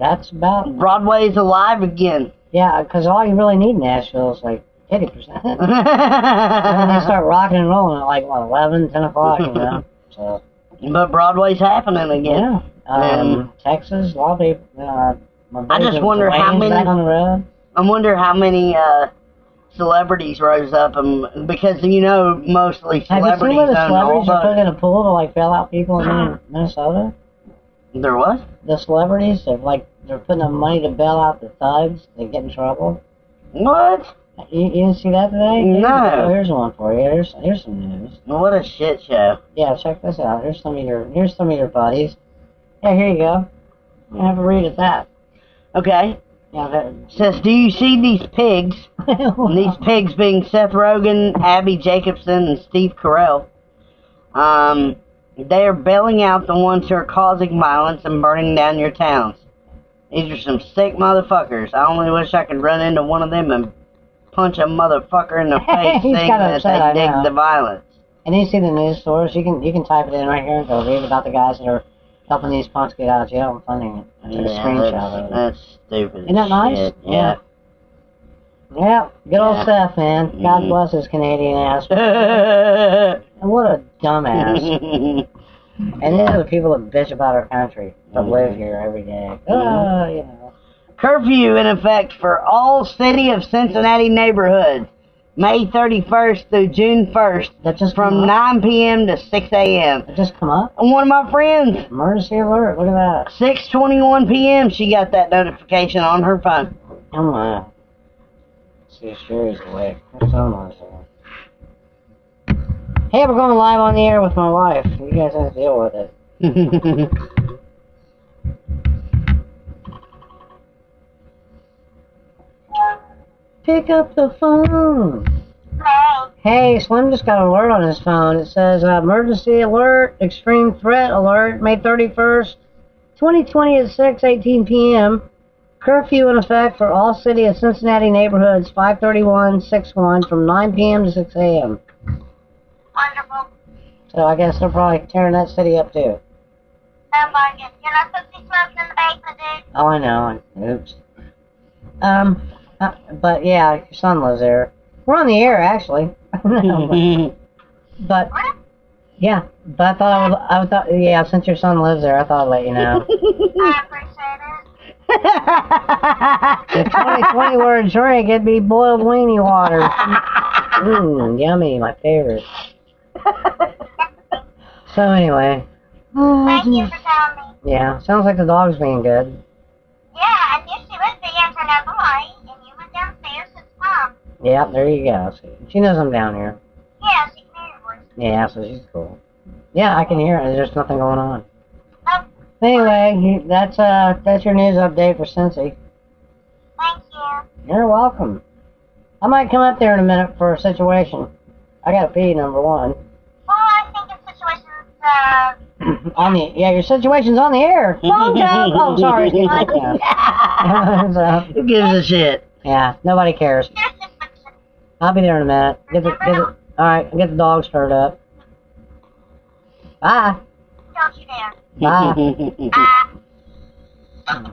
S15: That's about
S18: Broadway's alive again. *laughs*
S15: Yeah, because all you really need in Nashville is like 80%. and then they start rocking and rolling at like, what, 11, 10 o'clock, you know?
S18: Um,
S15: So,
S18: But Broadway's happening again.
S15: Um,
S18: And
S15: Texas, a lot of people, uh, my
S18: I just
S15: buddy
S18: wonder how
S15: Dwayne's
S18: many-
S15: Back on the road.
S18: I wonder how many uh, celebrities rose up, and because you know mostly
S15: Have you seen
S18: celebrities
S15: where the
S18: own all
S15: celebrities are
S18: those.
S15: put in a pool to like bail out people in Min- Minnesota?
S18: There was.
S15: The celebrities are like, they're putting up money to bail out the thugs that get in trouble.
S18: What?
S15: You, you didn't see that today?
S18: No.
S15: Oh, here's one for you. Here's, here's some news.
S18: What a shit show.
S15: Yeah, check this out. Here's some of your here's some of your buddies. Yeah, here you go. You have a read at that.
S18: Okay.
S15: Yeah, that,
S18: Says, do you see these
S15: *laughs*
S18: pigs? And these pigs being Seth Rogen, Abby Jacobson, and Steve Carell. Um, they are bailing out the ones who are causing violence and burning down your towns. These are some sick motherfuckers. I only wish I could run into one of them and punch a motherfucker
S15: *laughs*
S18: in the face,
S15: He's
S18: saying
S15: got
S18: that
S15: upset,
S18: they
S15: I
S18: dig
S15: know.
S18: the violence.
S15: and you see the news source. You can you can type it in right here and go read about the guys that are helping these punks get out of jail and funding it. And a
S18: Yeah,
S15: screenshot
S18: that's,
S15: of it.
S18: that's stupid.
S15: Isn't that nice?
S18: shit. Yeah.
S15: Yeah, good old
S18: Yeah.
S15: Seth, man. God
S18: Mhm.
S15: bless his Canadian
S18: *laughs*
S15: ass. And what a dumbass. and these are the people that bitch about our country that live here every day. Ah, you know.
S18: Oh, Curfew in effect for all city of Cincinnati neighborhoods, May 31st through June 1st,
S15: That just come
S18: from
S15: up?
S18: 9 p.m. to 6 a.m.
S15: Just come up.
S18: And one of my friends,
S15: Emergency alert, look at that.
S18: 6:21 p.m. She got that notification on her phone.
S15: Come on. She sure is awake. That's so nice of her. Hey, we're going live on the air with my wife. You guys have to deal with it. *laughs* Pick up the phone. Hey, Slim just got an alert on his phone. It says uh, emergency alert, extreme threat alert, May 31st, 2020 at 6:18 p.m. Curfew in effect for all city of Cincinnati neighborhoods 531-61 from 9 p.m. to 6 a.m.
S20: Wonderful.
S15: So I guess they're probably tearing that city up too.
S20: Oh my goodness. You're not supposed to be smoking in the basement, dude.
S15: Oh, I know. Oops. Um, uh, but yeah, your son lives there. We're on the air, actually. *laughs* but yeah, but I thought I, would, I would thought yeah, since your son lives there, I thought I'd let you *laughs* know.
S20: I
S7: Mm-hmm.
S20: appreciate it.
S15: If 2020 were a drink, it'd be boiled weenie water. Mmm, yummy, my favorite. *laughs* So *sighs* anyway,
S20: Thank
S7: Mm-hmm.
S20: you for telling me.
S15: yeah, sounds like the dog's being good.
S20: Yeah, I knew she would be after that boy, and you went downstairs with mom.
S15: Yeah, there you go. See, She knows I'm down here.
S20: Yeah, she can hear your voice.
S15: Yeah, so she's cool. Yeah, I can hear it. There's just nothing going on.
S20: Oh,
S15: Anyway, you- that's uh, that's your news update for Cincy.
S20: thank you.
S15: You're welcome. I might come up there in a minute for a situation. I gotta pee, number one. *clears throat*
S20: Well, I think the situation's, uh,
S15: on the yeah, your situation's on the air. Phone job. Oh,
S18: *laughs*
S15: sorry. *laughs* Who
S18: gives a shit?
S15: Yeah, nobody cares. I'll be there in a minute. Get the, get the, all right, get the dog stirred up. Bye.
S20: don't you dare.
S18: *laughs*
S20: Uh,
S15: Bye.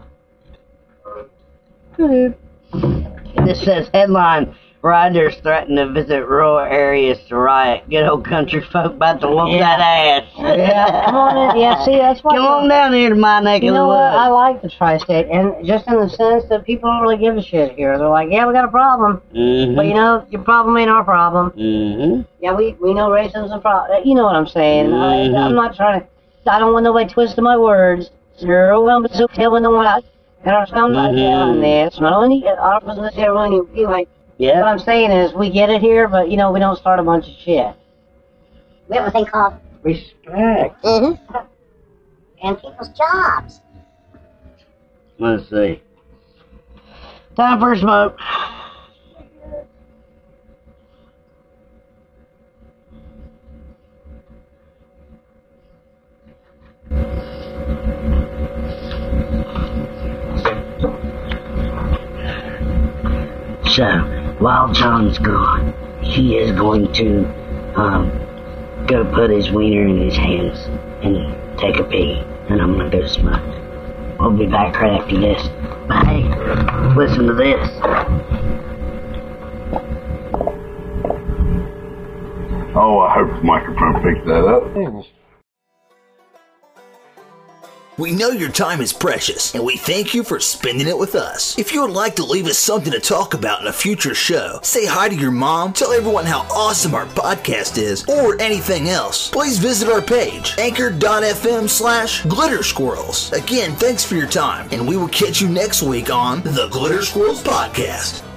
S7: Mm-hmm.
S18: This says headline: Riders threaten to visit rural areas to riot. Good old country folk about to whoop
S15: Yeah.
S18: that ass.
S15: Yeah, come on in. Yeah, see, that's why.
S18: *laughs* Come on down here to my neck
S15: You
S18: of the
S15: know what?
S18: woods.
S15: I like the tri-state, and just in the sense that people don't really give a shit here. They're like, yeah, we got a problem,
S18: Mhm.
S15: but you know, your problem ain't our problem.
S18: Mhm.
S15: Yeah, we we know racism's a problem. You know what I'm saying?
S18: Mhm.
S15: I, I'm not trying to. I don't want nobody twisting my words. Zero one two telling the one. I- You know what I'm not
S18: Mm-hmm.
S15: doing this. No, any opposite here. Anyway,
S18: yeah.
S15: What I'm saying is, we get it here, but you know, we don't start a bunch of shit.
S7: We have a thing called
S18: Respect.
S7: *laughs* mm-hmm. and people's jobs.
S18: Let's see. Time for a smoke. So, while John's gone, he is going to um, go put his wiener in his hands and take a pee. And I'm going to go smoke. We'll be back right after this. But hey, listen to this.
S1: Oh, I hope the microphone picked that up.
S3: We know your time is precious, and we thank you for spending it with us. If you would like to leave us something to talk about in a future show, say hi to your mom, tell everyone how awesome our podcast is, or anything else, please visit our page, anchor.fm slash glitter squirrels. Again, thanks for your time, and we will catch you next week on the Glitter Squirrels Podcast.